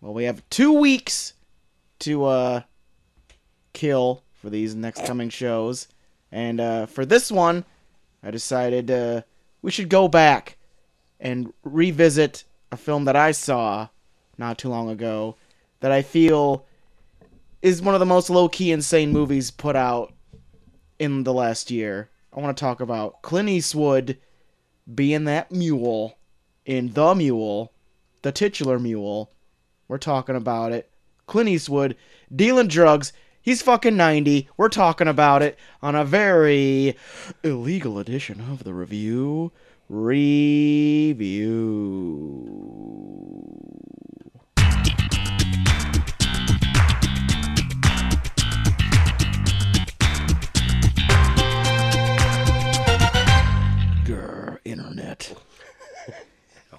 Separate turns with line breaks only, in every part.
Well, we have two weeks to uh, kill for these next coming shows. And uh, for this one, I decided uh, we should go back and revisit a film that I saw not too long ago that I feel is one of the most low key insane movies put out in the last year. I want to talk about Clint Eastwood being that mule in The Mule, the titular mule. We're talking about it. Clint Eastwood dealing drugs. He's fucking 90. We're talking about it on a very illegal edition of the review. Review. Grr, internet.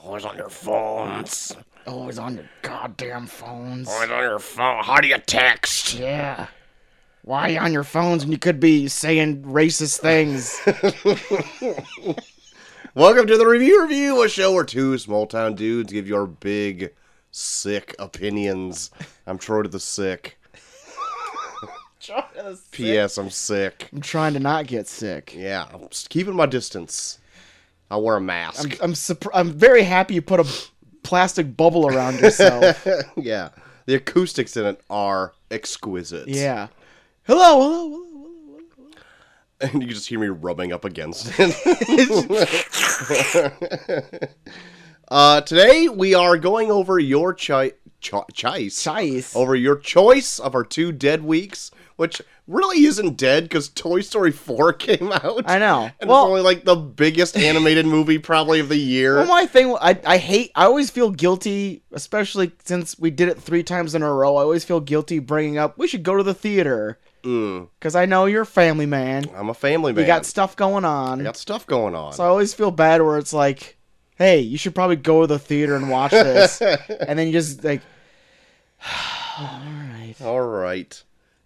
Always on your phones.
Always on your goddamn phones.
Always on your phone. How do you text?
Yeah. Why are you on your phones when you could be saying racist things?
Welcome to the Review Review, a show where two small town dudes give your big, sick opinions. I'm Troy to the sick. P.S. I'm sick.
I'm trying to not get sick.
Yeah, I'm just keeping my distance. I wear a mask.
I'm I'm, surpr- I'm very happy you put a plastic bubble around yourself.
yeah, the acoustics in it are exquisite.
yeah. Hello, hello, hello.
and you just hear me rubbing up against it. uh, today we are going over your chi- cho- choice,
Chice.
over your choice of our two dead weeks, which really isn't dead because Toy Story Four came out.
I know.
And
Well-
it's only like the biggest animated movie probably of the year.
Well, my thing, I, I hate, I always feel guilty, especially since we did it three times in a row. I always feel guilty bringing up, we should go to the theater. Because I know you're a family man.
I'm a family man.
You got stuff going on.
I got stuff going on.
So I always feel bad where it's like, hey, you should probably go to the theater and watch this. and then you just like, all right.
All right,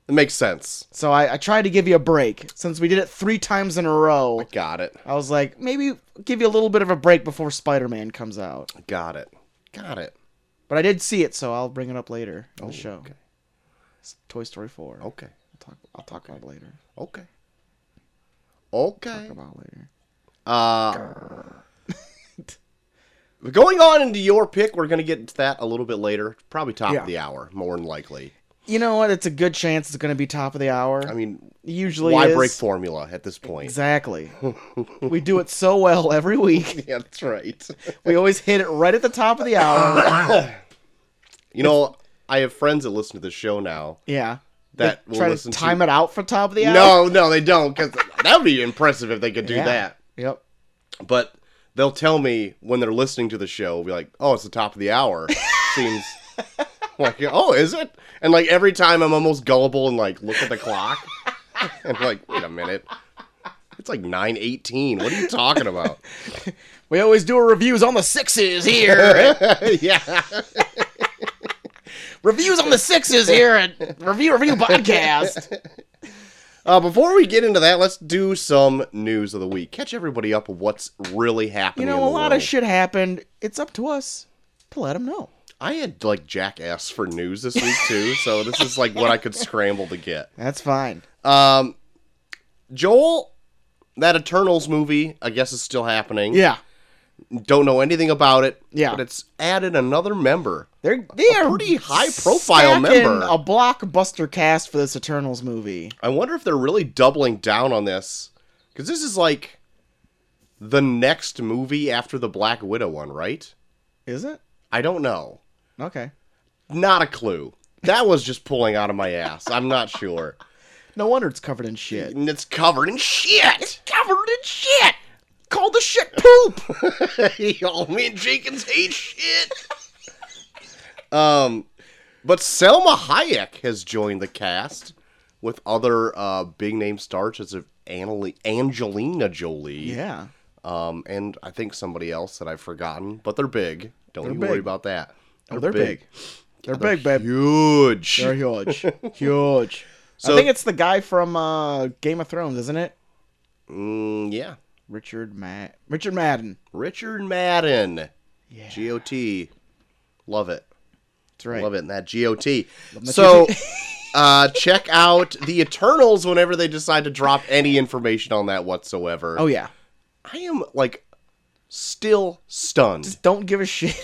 it makes sense.
So I, I tried to give you a break. Since we did it three times in a row,
Got it.
I was like, maybe give you a little bit of a break before Spider Man comes out.
Got it. Got it.
But I did see it, so I'll bring it up later on the show.
Oh, okay. Oh.
It's Toy Story 4. I'll
Okay.
talk, I'll talk about it later.
Okay. Okay.
Talk about it later.
But Going on into your pick, we're going to get into that a little bit later. Probably top
Yeah.
of the hour, more than likely.
You know what? It's a good chance it's going to be top of the hour.
I mean,
usually
why
is.
break formula at this point?
Exactly. we do it so well every week.
Yeah, that's right.
We always hit it right at the top of the hour.
you know, I have friends that listen to the show now.
Yeah.
That
They
we'll
try to
listen to-
time it out for top of the hour.
No, no, they don't, because that would be impressive if they could do
Yeah.
that.
Yep.
But they'll tell me when they're listening to the show, be like, "Oh, it's the top of the hour." Seems like, "Oh, is it?" And like every time, I'm almost gullible and like look at the clock and like, "Wait a minute, it's like nine eighteen. What are you talking about?"
We always do our reviews on the sixes here.
yeah,
reviews on the sixes here at Review Review Podcast.
Uh, before we get into that, let's do some news of the week. Catch everybody up with what's really
You
happening.
know,
in
a
the
lot
world.
of shit happened. It's up to us to let them know.
I had like jackass for news this week too, so this is like what I could scramble to get.
That's fine.
Um, Joel, that Eternals movie, I guess is still happening.
Yeah.
Don't know anything about it.
Yeah.
But it's added another member.
They're they are
pretty high-profile
stacking
member.
A blockbuster cast for this Eternals movie.
I wonder if they're really doubling down on this. Because this is like the next movie after the Black Widow one, right?
Is it?
I don't know.
Okay.
Not a clue. That was just pulling out of my ass. I'm not sure.
No wonder it's covered in shit.
And it's covered in shit.
Covered in shit. Call the shit poop.
Y'all, me and Jenkins hate shit. um, but Selma Hayek has joined the cast with other uh, big name stars such as Annali- Angelina Jolie.
yeah.
Um, and I think somebody else that I've forgotten, but they're big. Don't you
big.
worry about that.
Oh, they're big. They're big, babe.
Huge.
They're huge. huge.
So-
I think it's the guy from uh, Game of Thrones, isn't it?
Mm, yeah.
Richard Mad Richard Madden.
Richard Madden.
Yeah.
GOT. Love it.
That's right.
Love it. And that GOT. So uh, check out the Eternals whenever they decide to drop any information on that whatsoever.
Oh yeah.
I am like still stunned.
Just don't give a shit.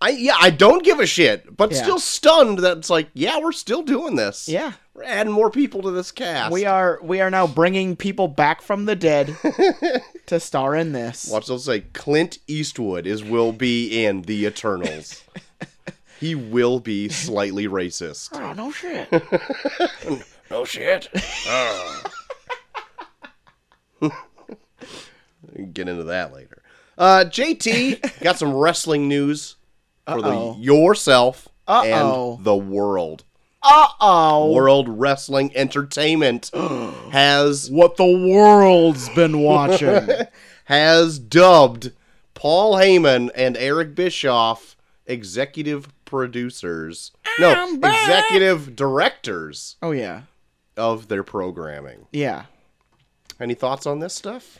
I yeah, I don't give a shit, but
Yeah.
still stunned that it's like, yeah, we're still doing this.
yeah.
We're adding more people to this cast.
We are we are now bringing people back from the dead to star in this.
Watch they'll say Clint Eastwood is will be in the Eternals. he will be slightly racist.
Oh no shit.
Oh shit. Get into that later. Uh, JT got some wrestling news for
Uh-oh.
the yourself
Uh-oh.
and the world.
Uh oh.
World Wrestling Entertainment has
What the world's been watching.
has dubbed Paul Heyman and Eric Bischoff executive producers. No,
I'm back.
executive directors
oh yeah.
of their programming.
Yeah.
Any thoughts on this stuff?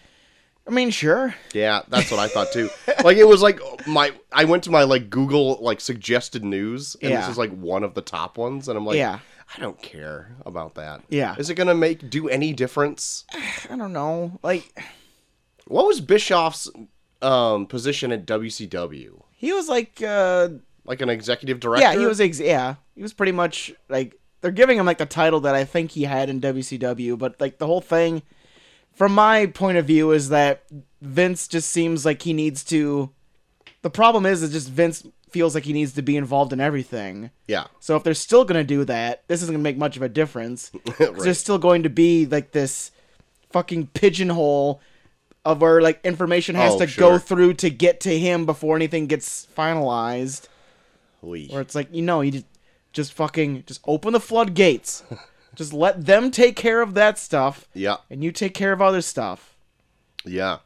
I mean sure.
Yeah, that's what I thought too. like it was like my I went to my like Google like suggested news and
Yeah.
this is like one of the top ones and I'm like
Yeah.
I don't care about that.
Yeah.
Is it going to make do any difference?
I don't know. Like
What was Bischoff's um position at WCW?
he was like uh
Like an executive director?
yeah, he was ex- yeah. He was pretty much like they're giving him like the title that I think he had in WCW, but like the whole thing from my point of view is that Vince just seems like he needs to the problem is is just Vince feels like he needs to be involved in everything.
Yeah.
So if they're still going to do that, this isn't going to make much of a difference. 'Cause There's still going to be like this fucking pigeonhole of where like information has
Oh,
to
sure.
go through to get to him before anything gets finalized.
Holy.
Where it's like, you know, you just, just fucking just open the floodgates. just let them take care of that stuff
Yeah.
and you take care of other stuff.
Yeah.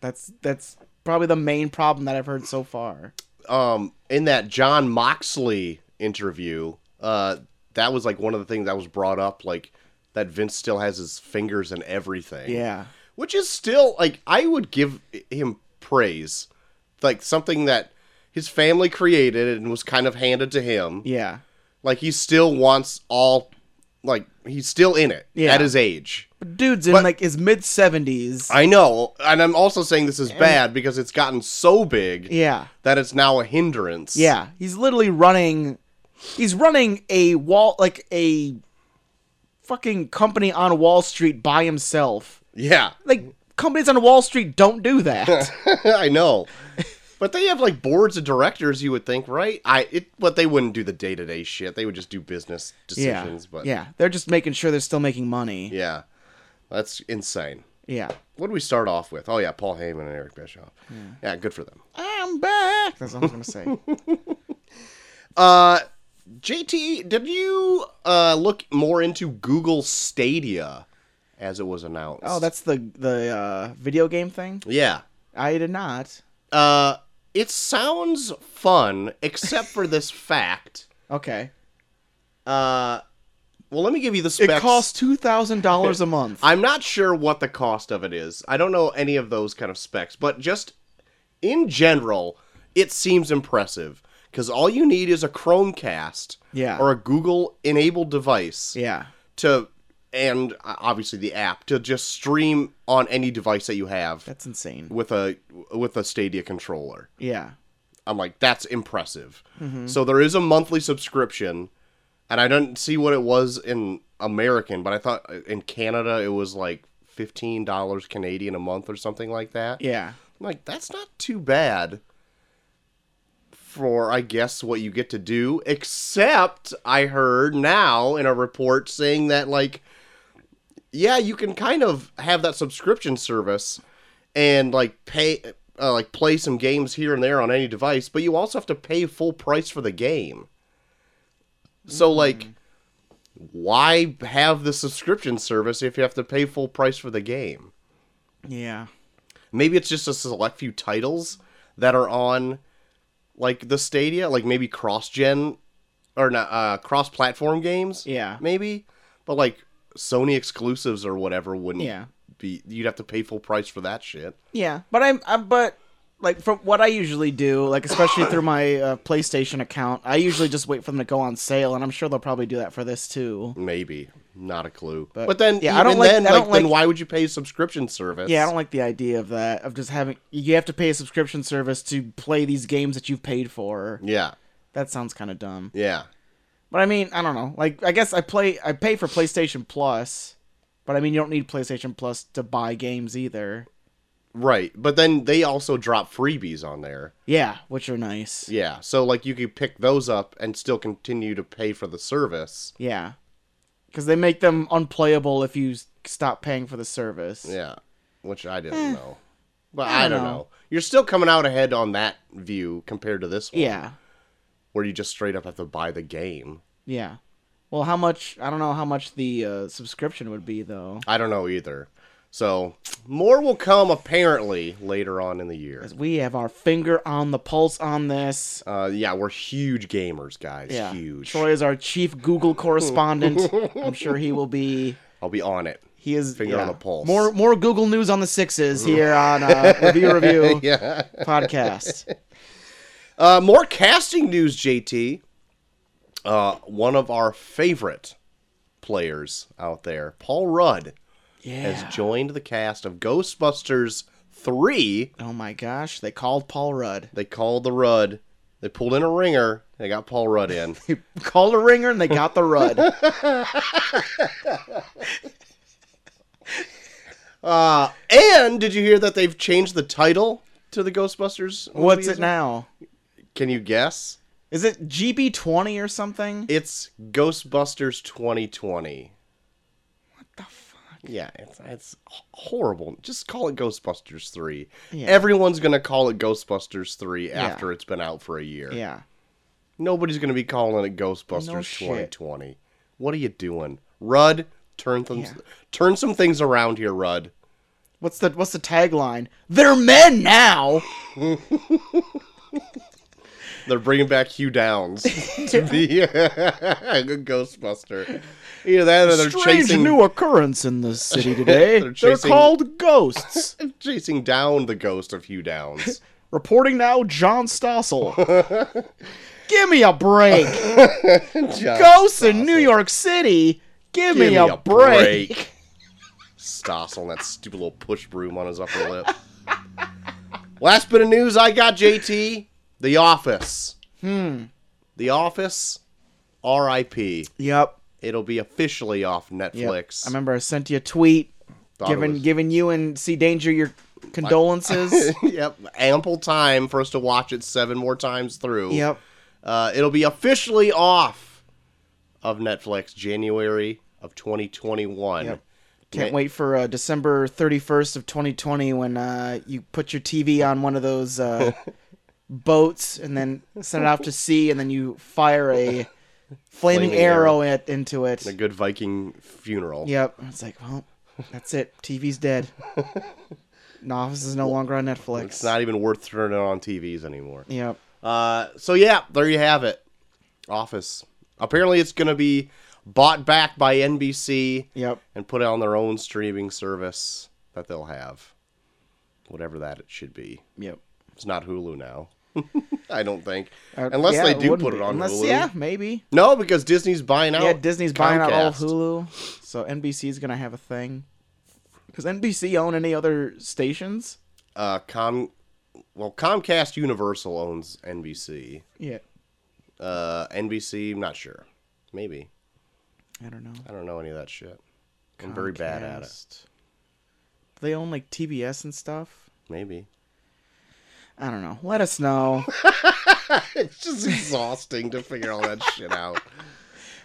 That's that's probably the main problem that I've heard so far.
Um in that John Moxley interview, uh that was like one of the things that was brought up like that Vince still has his fingers in everything.
Yeah.
which is still like I would give him praise, like something that his family created and was kind of handed to him.
Yeah.
Like he still wants all, like he's still in it
Yeah.
at his age.
But dude's in
But-
like his mid 70s.
I know, and I'm also saying this is bad because it's gotten so big
Yeah.
that it's now a hindrance.
Yeah, he's literally running. He's running a wall like a fucking company on Wall Street by himself.
yeah,
Like companies on Wall Street don't do that.
I know. But they have like boards of directors, you would think, right? I it, but they wouldn't do the day to day shit. They would just do business
yeah,
decisions. But
yeah, they're just making sure they're still making money.
yeah, that's insane.
Yeah,
what do we start off with? Oh yeah, Paul Heyman and Eric Bischoff. Yeah, good for them.
I'm back. That's all I'm gonna say.
Uh, JT, did you uh look more into Google Stadia as it was announced?
oh, that's the the uh, video game thing.
yeah.
I did not.
Uh, it sounds fun except for this fact.
Okay,
Uh, well, let me give you the
it
specs.
costs two thousand dollars a month.
I'm not sure what the cost of it is. I don't know any of those kind of specs, but just in general, it seems impressive because all you need is a Chromecast
Yeah.
or a Google enabled device
yeah,
to and uh, obviously the app to just stream on any device that you have
that's insane.
with a with a Stadia controller.
Yeah,
I'm like, that's impressive. So there is a monthly subscription, and I didn't see what it was in American, but I thought uh, in Canada it was like fifteen dollars Canadian a month or something like that.
yeah,
I'm like that's not too bad for I guess what you get to do. Except I heard now in a report saying that like, yeah, you can kind of have that subscription service and like pay uh, like play some games here and there on any device, but you also have to pay full price for the game. So like why have the subscription service if you have to pay full price for the game?
yeah.
Maybe it's just a select few titles that are on like the Stadia, like maybe cross gen or not uh cross platform games.
Yeah.
Maybe. But like Sony exclusives or whatever wouldn't
Yeah.
be you'd have to pay full price for that shit.
Yeah, but I'm, i but like from what I usually do, like especially through my uh, PlayStation account, I usually just wait for them to go on sale, and I'm sure they'll probably do that for this too.
Maybe. Not a clue.
But-
But, then,
yeah,
even
I don't like-
then,
I
like,
don't
then
like-
why would you pay a subscription service?
Yeah, I don't like the idea of that of just having you have to pay a subscription service to play these games that you've paid for.
Yeah.
That sounds kind of dumb.
Yeah.
But I mean, I don't know. Like I guess I play I pay for PlayStation Plus, but I mean you don't need PlayStation Plus to buy games either.
Right. But then they also drop freebies on there.
Yeah, which are nice.
Yeah. So like you could pick those up and still continue to pay for the service.
Yeah. Cuz they make them unplayable if you s- stop paying for the service.
Yeah. Which I didn't know. But I,
Eh, don't
don't know.
know.
You're still coming out ahead on that view compared to this one.
Yeah.
Where you just straight up have to buy the game.
Yeah. Well, how much? I don't know how much the uh, subscription would be though.
I don't know either. So more will come apparently later on in the year.
'Cause We have our finger on the pulse on this.
Uh, yeah, we're huge gamers, guys.
Yeah.
Huge.
Troy is our chief Google correspondent. I'm sure he will be.
I'll be on it.
He is
Finger on
yeah.
the pulse. Mm.
More more Google news on the sixes here on uh, review review
Yeah.
podcast.
Uh, more casting news, JT. Uh, one of our favorite players out there, Paul Rudd, has
Yeah.
joined the cast of Ghostbusters 3.
Oh my gosh, they called Paul Rudd.
They called the Rudd. They pulled in a ringer. They got Paul Rudd in.
They called a ringer and they got the Rudd.
uh, and did you hear that they've changed the title to the Ghostbusters? movie
What's
as
it
well?
now?
Can you guess?
Is it GB20 or something?
It's Ghostbusters 2020.
What the fuck?
Yeah, it's, it's h- horrible. Just call it Ghostbusters 3.
Yeah.
Everyone's going to call it Ghostbusters 3 after it's been out for a year.
Yeah.
Nobody's going to be calling it Ghostbusters
No shit.
2020. What are you doing? Rudd, turn some
Yeah.
turn some things around here, Rudd.
What's the what's the tagline? They're men now.
They're bringing back Hugh Downs to be a good Ghostbuster. Either that or they're
Strange
chasing
new occurrence in the city today.
They're
They're,
chasing-
called ghosts.
chasing down the ghost of Hugh Downs.
Reporting now, John Stossel. Give me a break.
Just-
Ghosts in New York City. Give, me, a, break.
Stossel and that stupid little push broom on his upper lip. Last bit of news I got, JT. The Office. Hmm. The Office. R.I.P.
Yep.
It'll be officially off
yep.
Netflix.
I remember I sent you a tweet
Thought it
giving
was-
giving you and C Danger your condolences.
yep. Ample time for us to watch it seven more times through.
yep.
Uh, it'll be officially off of Netflix January of 2021.
Yep. Can't wait for uh, December 31st of 2020 when uh, you put your TV on one of those uh, boats and then send it off to sea and then you fire a flaming,
Flaming
arrow at, into it.
A good Viking funeral.
Yep. It's like, well, that's it. TV's dead. The Office is no longer on Netflix.
It's not even worth turning on TVs anymore.
Yep.
Uh, so yeah, there you have it. Office. Apparently, it's going to be bought back by NBC
Yep.
and put on their own streaming service that they'll have, whatever that it should be.
Yep.
It's not Hulu now. I don't think,
Uh,
unless
yeah,
they
it
do
wouldn't
put
be.
it on
Unless,
Hulu.
Yeah, maybe.
No, because Disney's buying out.
Yeah, Disney's buying out all of
Comcast.
Hulu, so NBC's gonna have a thing. Does NBC own any other stations?
Uh, Com, well, Comcast Universal owns NBC.
Yeah.
Uh, NBC, I'm not sure. Maybe
I don't know.
I don't know any of that shit. I'm very bad at it.
Comcast. They own like TBS and stuff.
Maybe.
I don't know. Let us know.
It's just exhausting to figure all that shit out.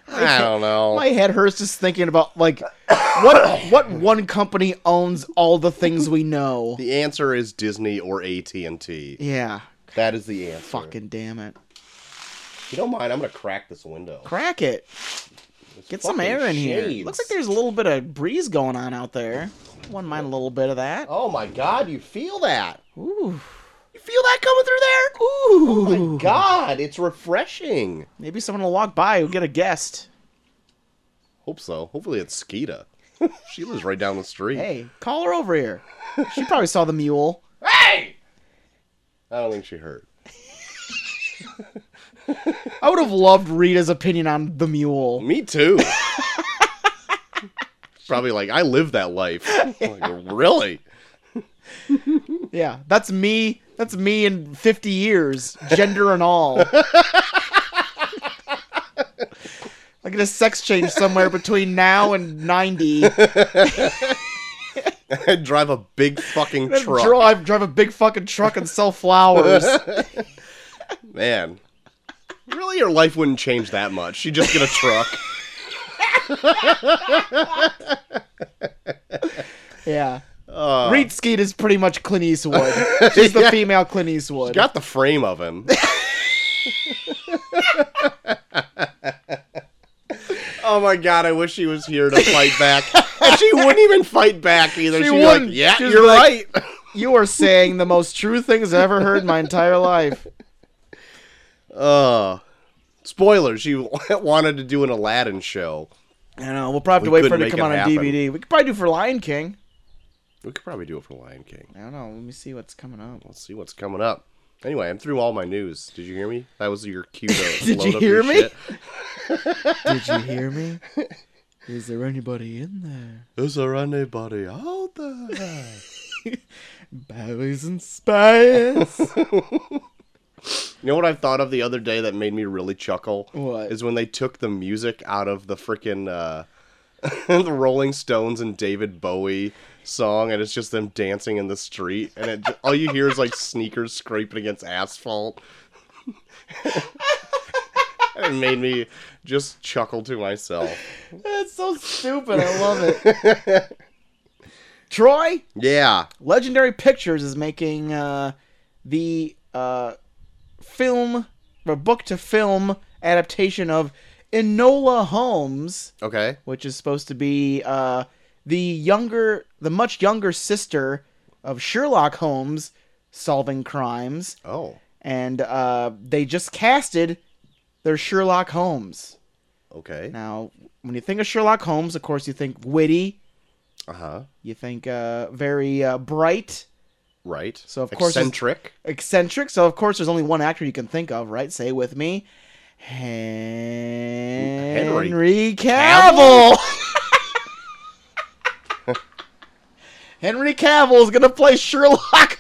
I don't know.
My head hurts just thinking about like what what one company owns all the things we know.
The answer is Disney or AT and T.
Yeah.
That is the answer.
Fucking damn it.
If you don't mind, I'm gonna crack this window.
Crack it.
It's
Get some
fucking
air in here.
shades.
Looks like there's a little bit of breeze going on out there. Wouldn't mind a little bit of that.
Oh my god, you feel that?
Ooh.
You feel that coming through there?
Ooh.
Oh my god, it's refreshing.
Maybe someone will walk by. We'll get a guest.
Hope so. Hopefully it's Skeeta. she lives right down the street.
Hey, call her over here. She probably saw the mule.
Hey! I don't think she heard.
I would have loved Rita's opinion on the mule.
Me too. Probably like I live that life. Like, really?
Yeah, that's me. That's me in 50 years, gender and all. I get a sex change somewhere between now and 90.
I drive a big fucking truck,
Drive, drive a big fucking truck and sell flowers.
man. Really, your life wouldn't change that much. You just get a truck.
yeah.
Uh,
Reed Skeet is pretty much Clint Eastwood. She's the
Yeah.
female Clint Eastwood.
got the frame of him. oh my god, I wish she was here to fight back. And she wouldn't even fight back either.
She
She'd be
wouldn't.
Like, yeah,
She's
you're
like-
right.
you are saying the most true things I've ever heard in my entire life.
Uh spoiler, she wanted to do an Aladdin show.
I don't know. We'll probably have
We
to wait for it
couldn't
to
make
come out
it
on
happen.
DVD. We could probably do for Lion King.
We could probably do it for Lion King.
I don't know. Let me see what's coming up.
Let's see what's coming up. Anyway, I'm through all my news. Did you hear me? That was your cue to
Did
load
you
up
hear
your
me?
shit.
Did you hear me? Is there anybody in there?
Is there anybody out there?
Barry's in space.
You know what I thought of the other day that made me really chuckle?
What?
Is when they took the music out of the freaking uh, the Rolling Stones and David Bowie song, and it's just them dancing in the street, and it, all you hear is like sneakers scraping against asphalt. it made me just chuckle to myself.
That's so stupid. I love it. Troy,
Yeah,
Legendary Pictures is making uh, the uh, film, or book to film adaptation of Enola Holmes,
okay.
which is supposed to be uh, the younger, the much younger sister of Sherlock Holmes solving crimes.
Oh,
and uh, they just casted their Sherlock Holmes.
okay.
Now, when you think of Sherlock Holmes, of course, you think witty,
Uh huh.
you think uh, very uh, bright,
Right.
So, of course it's-
eccentric.
eccentric. So, of course, there's only one actor you can think of, right? Say it with me. Henry, Cavill. Henry Cavill is going to play Sherlock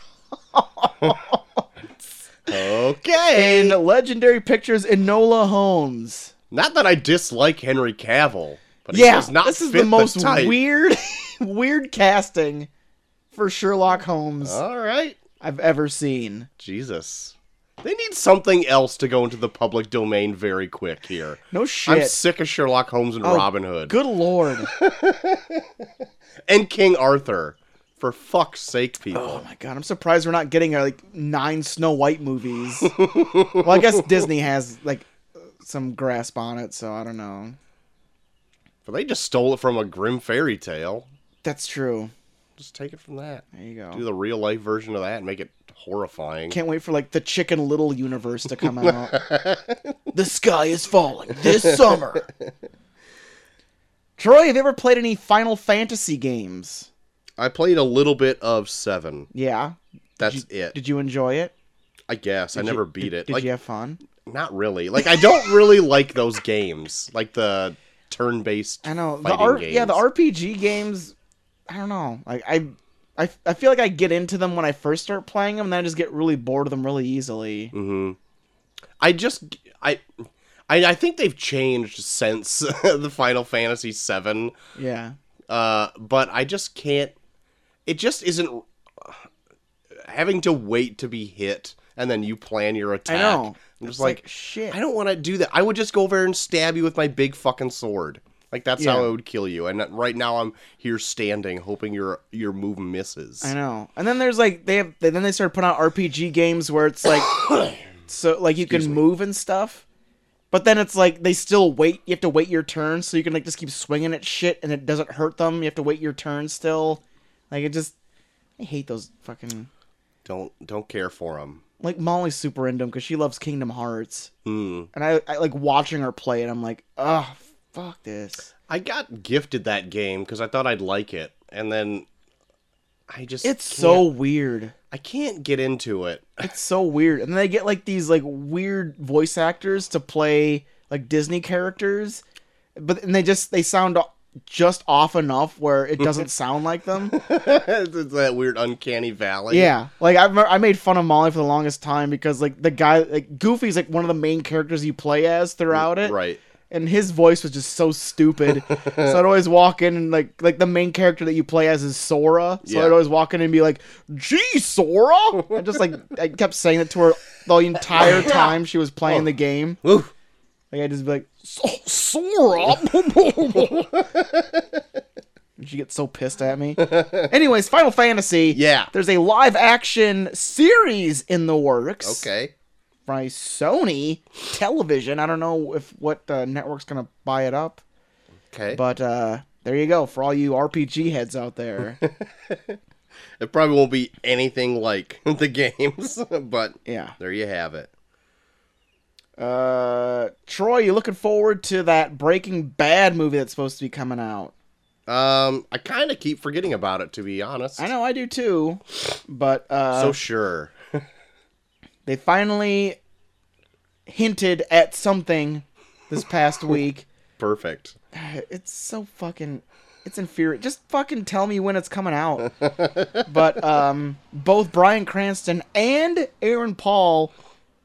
Okay.
in Legendary Pictures Enola Holmes.
Not that I dislike Henry Cavill, but he
yeah,
does not
this is
fit
the most
type.
weird, weird casting for Sherlock Holmes
All right,
I've ever seen.
Jesus. They need something else to go into the public domain very quick here.
No
I'm
shit.
sick of Sherlock Holmes and
Oh,
Robin Hood
Good lord.
and King Arthur. For fuck's sake,
Oh
people.
my god, I'm surprised we're not getting uh, like nine Snow White movies. well, I guess Disney has like some grasp on it, so I don't know.
But they just stole it from a grim fairy tale.
That's true.
Just take it from that.
There you
Do
go.
the real life version of that and make it horrifying.
Can't wait for like the Chicken Little universe to come out. the sky is falling this summer. Troy, have you ever played any Final Fantasy games?
I played a little bit of Seven.
Yeah.
That's
Did you-
it.
Did you enjoy it?
I guess. I
Did you-
never beat
did-
it.
Did
like
you have fun?
Not really. Like I don't really like those games, like the turn-based.
I know the
fighting
R- yeah the
games.
RPG games. I don't know. Like I, I, I feel like I get into them when I first start playing them, and then I just get really bored of them really easily.
Mm-hmm. I just I, I I think they've changed since the Final Fantasy VII,
Yeah.
uh, but I just can't. It just isn't having to wait to be hit, and then you plan your attack.
I know.
I'm
It's
just like,
shit.
I don't want to do that. I would just go over there and stab you with my big fucking sword. Like that's how
Yeah.
I would kill you. And right now I'm here standing, hoping your your move misses.
I know. And then there's like they have. Then they started putting out RPG games where it's like, so like you can move and stuff, but then it's like they still wait. You have to wait your turn, so you can like just keep swinging at shit, and it doesn't hurt them. You have to wait your turn still. Like it just, I hate those fucking.
don't don't care for him.
Like Molly's super into them because she loves Kingdom Hearts,
Hmm.
and I, I like watching her play it. I'm like, oh fuck this.
I got gifted that game because I thought I'd like it, and then I just
It's
can't-
so weird.
I can't get into it.
It's so weird. And then they get like these like weird voice actors to play like Disney characters, but and they just they sound just off enough where it doesn't sound like them.
it's that weird uncanny valley.
Yeah, like I remember I made fun of Molly for the longest time because like the guy like Goofy's like one of the main characters you play as throughout it,
Right.
and his voice was just so stupid. so I'd always walk in and like like the main character that you play as is Sora. So
Yeah.
I'd always walk in and be like, "Gee, Sora!" I just like I kept saying it to her the entire time she was playing
Oh.
the game.
Woo.
Like I'd just be like, "So- "Sora!" And she gets so pissed at me. Anyways, Final Fantasy.
Yeah.
There's a live action series in the works
Okay.
by Sony Television. I don't know if what uh, network's gonna buy it up,
Okay.
but uh, there you go for all you RPG heads out there.
it probably won't be anything like the games, but
yeah,
there you have it.
uh, Troy, you looking forward to that Breaking Bad movie that's supposed to be coming out?
Um, I kind of keep forgetting about it to be honest.
I know I do too, but uh,
So sure.
they finally hinted at something this past week.
Perfect.
It's so fucking. It's infuriating. Just fucking tell me when it's coming out. but um, both Brian Cranston and Aaron Paul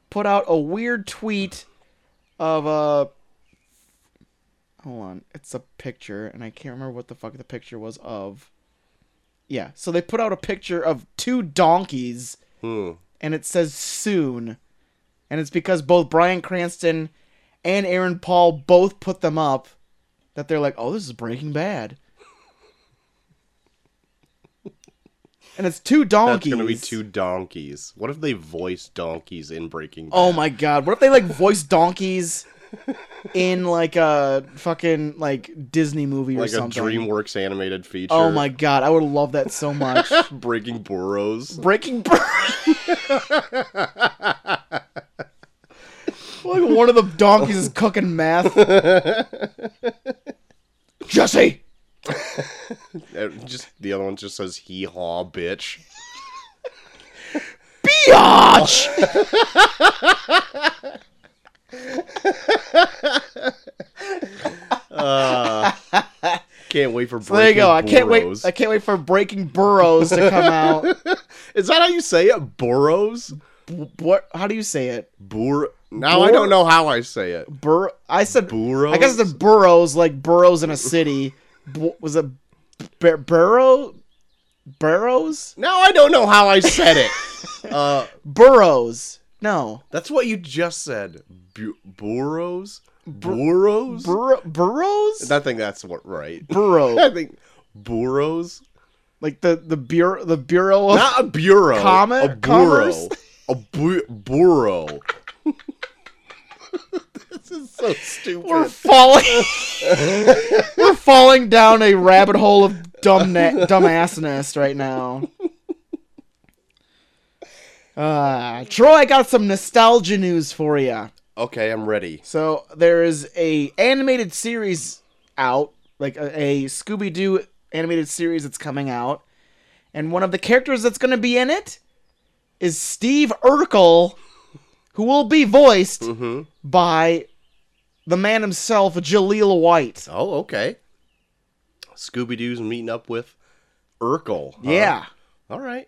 put out a weird tweet of a. Hold on, it's a picture, and I can't remember what the fuck the picture was of. Yeah, so they put out a picture of two donkeys,
Hmm.
and it says soon, and it's because both Brian Cranston and Aaron Paul both put them up that they're like, oh, this is Breaking Bad. and it's two
That's
donkeys.
gonna be two donkeys. What if they voice donkeys in Breaking Bad?
Oh my god, what if they like voice donkeys in like a fucking like Disney movie or
like a
something?
DreamWorks animated feature.
oh my god, I would love that so much.
Breaking Burrows.
Breaking Bad. like one of the donkeys is cooking meth. Jesse.
Uh, Just the other one just says hee haw bitch.
Biatch!
Can't wait for Breaking
There you go. I can't wait.
Burrows.
I can't wait for Breaking Burrows to come out.
Is that how you say it? Burrows?
B- What? How do you say it?
Bur. Now I don't know how I say it.
Bur. I said.
Burrows.
I guess the burrows, like burrows in a city. Bu- was it b- burrow? Burrows?
Now I don't know how I said it. uh,
Burrows. No.
that's what you just said. Bu- burrows. Burrows.
Bur- burrows?
I think that's what right. I
Burrow.
think burrows.
like the, the bureau the bureau of
Not a bureau.
Comma-
a burrow.
commerce?
A bu- burrow. this is so stupid.
We're falling We're falling down a rabbit hole of dumb na- dumbassness right now. Uh, Troy, I got some nostalgia news for you.
okay, I'm ready.
So there is a animated series out, like a, a Scooby Doo animated series that's coming out, and one of the characters that's going to be in it is Steve Urkel, who will be voiced
Mm-hmm.
by the man himself, Jaleel White.
Oh, okay. Scooby Doo's meeting up with Urkel. huh?
Yeah.
All right.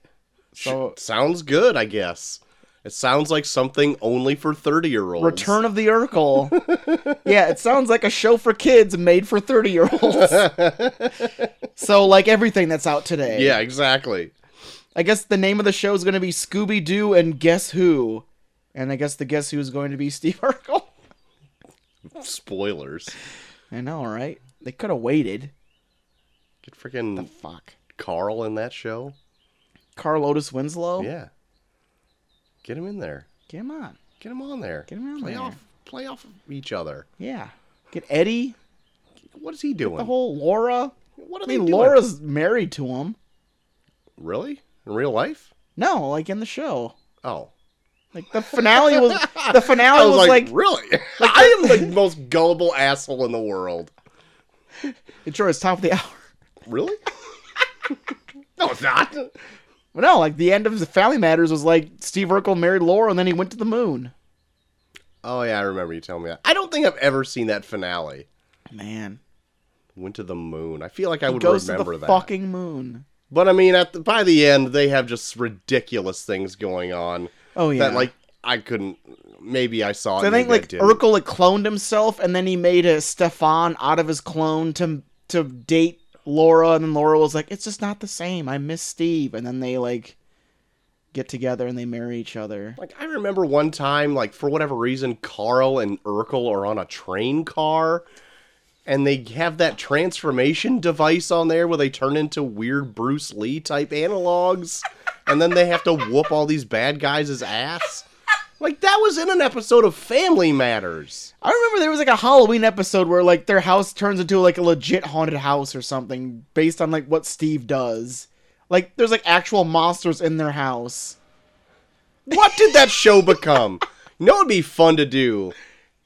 So-
So sounds good, I guess. It sounds like something only for thirty-year-olds.
Return of the Urkel. yeah, it sounds like a show for kids made for 30 year olds. so, like everything that's out today.
Yeah, exactly.
I guess the name of the show is going to be Scooby Doo and Guess Who. And I guess the Guess Who is going to be Steve Urkel.
Spoilers.
I know, right? They could have waited.
Get freaking
Fuck.
Carl in that show.
Carl Otis Winslow?
Yeah. Get him in there.
Get him on.
Get him on there.
Get him on
play
there.
Off, play off of each other.
Yeah. Get Eddie.
What is he doing?
The whole Laura.
Mm. what are
I
they
mean,
doing?
Laura's married to him.
Really? In real life?
No, like in the show.
Oh.
Like the finale was the finale
I
was,
was, like,
like,
really? I am the most gullible asshole in the world.
it sure is top of the hour.
Really? No, it's not.
But no, like the end of the Family Matters was like Steve Urkel married Laura and then he went to the moon.
Oh yeah, I remember you telling me that. I don't think I've ever seen that finale.
Man,
Went to the moon. I feel like I
he
would
goes to
remember
the
that.
fucking moon.
But I mean, at the, by the end, they have just ridiculous things going on
Oh yeah,
that like I couldn't. Maybe I saw. it,
So I think
maybe
like
didn't.
Urkel like cloned himself, and then he made a Stefan out of his clone to to date Laura, and then Laura was like, "It's just not the same. I miss Steve." And then they like get together and they marry each other.
Like I remember one time, like for whatever reason, Carl and Urkel are on a train car, and they have that transformation device on there where they turn into weird Bruce Lee type analogs, and then they have to whoop all these bad guys' ass. Like that was in an episode of Family Matters.
I remember there was like a Halloween episode where like their house turns into like a legit haunted house or something based on like what Steve does. Like there's like actual monsters in their house.
What did that show become? You know, it'd be fun to do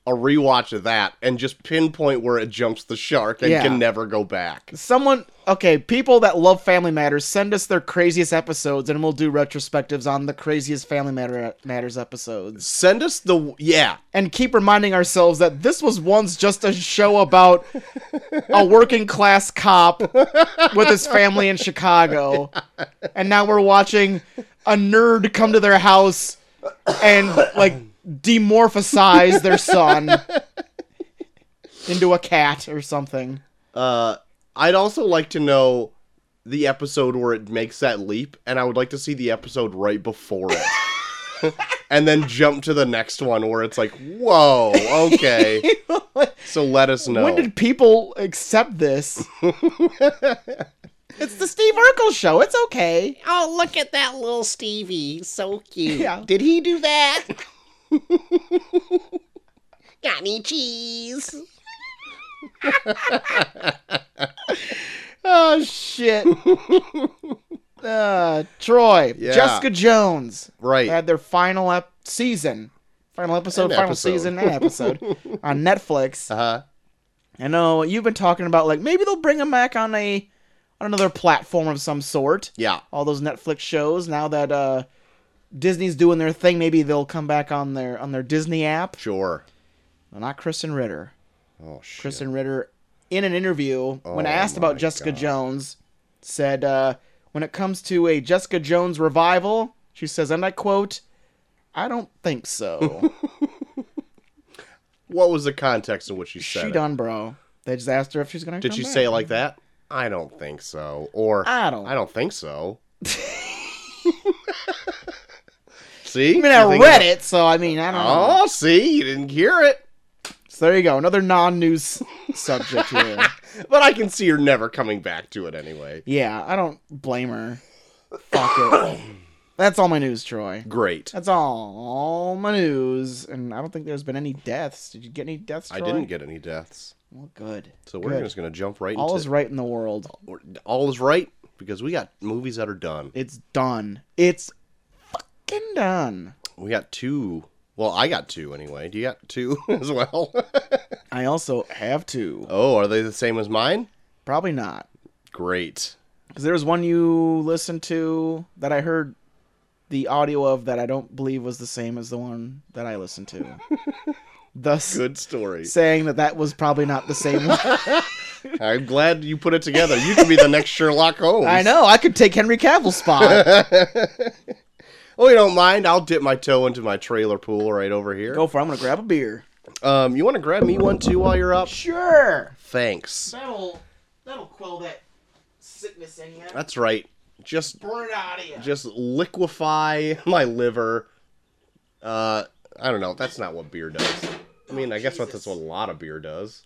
a rewatch of that and just pinpoint where it jumps the shark and
Yeah.
can never go back.
Someone, okay, people that love Family Matters, send us their craziest episodes, and we'll do retrospectives on the craziest Family Matter, Matters episodes.
Send us the yeah.
And keep reminding ourselves that this was once just a show about a working class cop with his family in Chicago, and now we're watching a nerd come to their house and like demorphosize their son into a cat or something.
Uh, I'd also like to know the episode where it makes that leap, and I would like to see the episode right before it. and then jump to the next one where it's like, whoa, okay. so let us know.
When did people accept this? it's the Steve Urkel show. It's okay.
Oh, look at that little Stevie. So cute.
Yeah.
Did he do that? Got any cheese?
Oh shit. uh, Troy,
Yeah.
Jessica Jones
right.
had their final ep- season, final episode,
An
final
episode.
season, and episode on Netflix.
uh-huh.
I know you've been talking about like maybe they'll bring them back on a on another platform of some sort.
Yeah.
All those Netflix shows now that uh, Disney's doing their thing, maybe they'll come back on their on their Disney app.
Sure.
Well, not Kristen Ritter.
Oh, shit.
Kristen Ritter, in an interview, when
Oh
asked
my
about Jessica
God.
Jones, said, uh, when it comes to a Jessica Jones revival, she says, and I quote, I don't think so.
What was the context in which she said
she
it?
done, bro. They just asked her if she's going to
Did she say it like that? I don't think so. Or
I don't-
I don't think so. see?
I mean, I
You think
read it, so I mean, I don't know.
Oh, see, you didn't hear it.
So there you go. Another non news subject here.
But I can see her never coming back to it anyway.
Yeah, I don't blame her. Fuck it. That's all my news, Troy.
Great.
That's all, all my news, and I don't think there's been any deaths. Did you get any deaths? Troy?
I didn't get any deaths.
Well, good.
So we're
Good.
just going to jump right
all is
into
right in the world.
All is right because we got movies that are done.
It's done. It's fucking done.
We got two. Well, I got two anyway. Do you got two as well?
I also have to.
oh, are they the same as mine?
Probably not,
Great.
because there was one you listened to that I heard the audio of that I don't believe was the same as the one that I listened to. Thus,
Good story.
saying that that was probably not the same one.
I'm glad you put it together. You could be the next Sherlock Holmes.
I know. I could take Henry Cavill's spot.
Oh, you don't mind? I'll dip my toe into my trailer pool right over here.
Go for. it. I'm gonna grab a beer.
Um, you want to grab me one too while you're up?
Sure.
Thanks.
That'll that'll quell that sickness in you.
That's right. Just
Burn it out of you.
just liquefy my liver. Uh, I don't know. That's not what beer does. I mean, I guess what that's what a lot of beer does.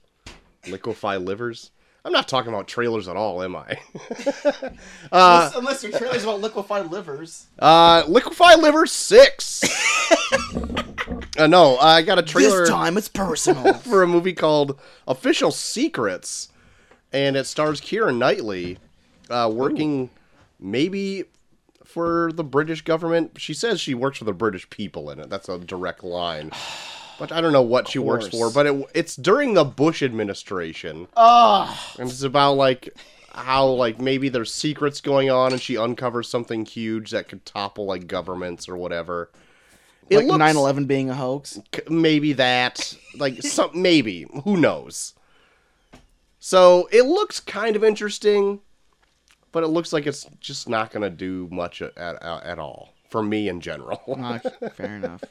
Liquefy livers. I'm not talking about trailers at all, am I?
unless, unless your trailer's about liquefied livers.
Uh, liquefy liver six. uh, no, I got a trailer.
This time it's personal.
for a movie called Official Secrets, and it stars Kieran Knightley uh, working maybe for the British government. She says she works for the British people in it. That's a direct line. But I don't know what she works for,
course.
but it, it's during the Bush administration.
oh,
And it's about, like, how like maybe there's secrets going on and she uncovers something huge that could topple like governments or whatever. It
like
looks
9/11 being a hoax.
c- maybe that like some maybe who knows. So it looks kind of interesting, but it looks like it's just not going to do much at, at at all for me in general.
Ah, fair enough.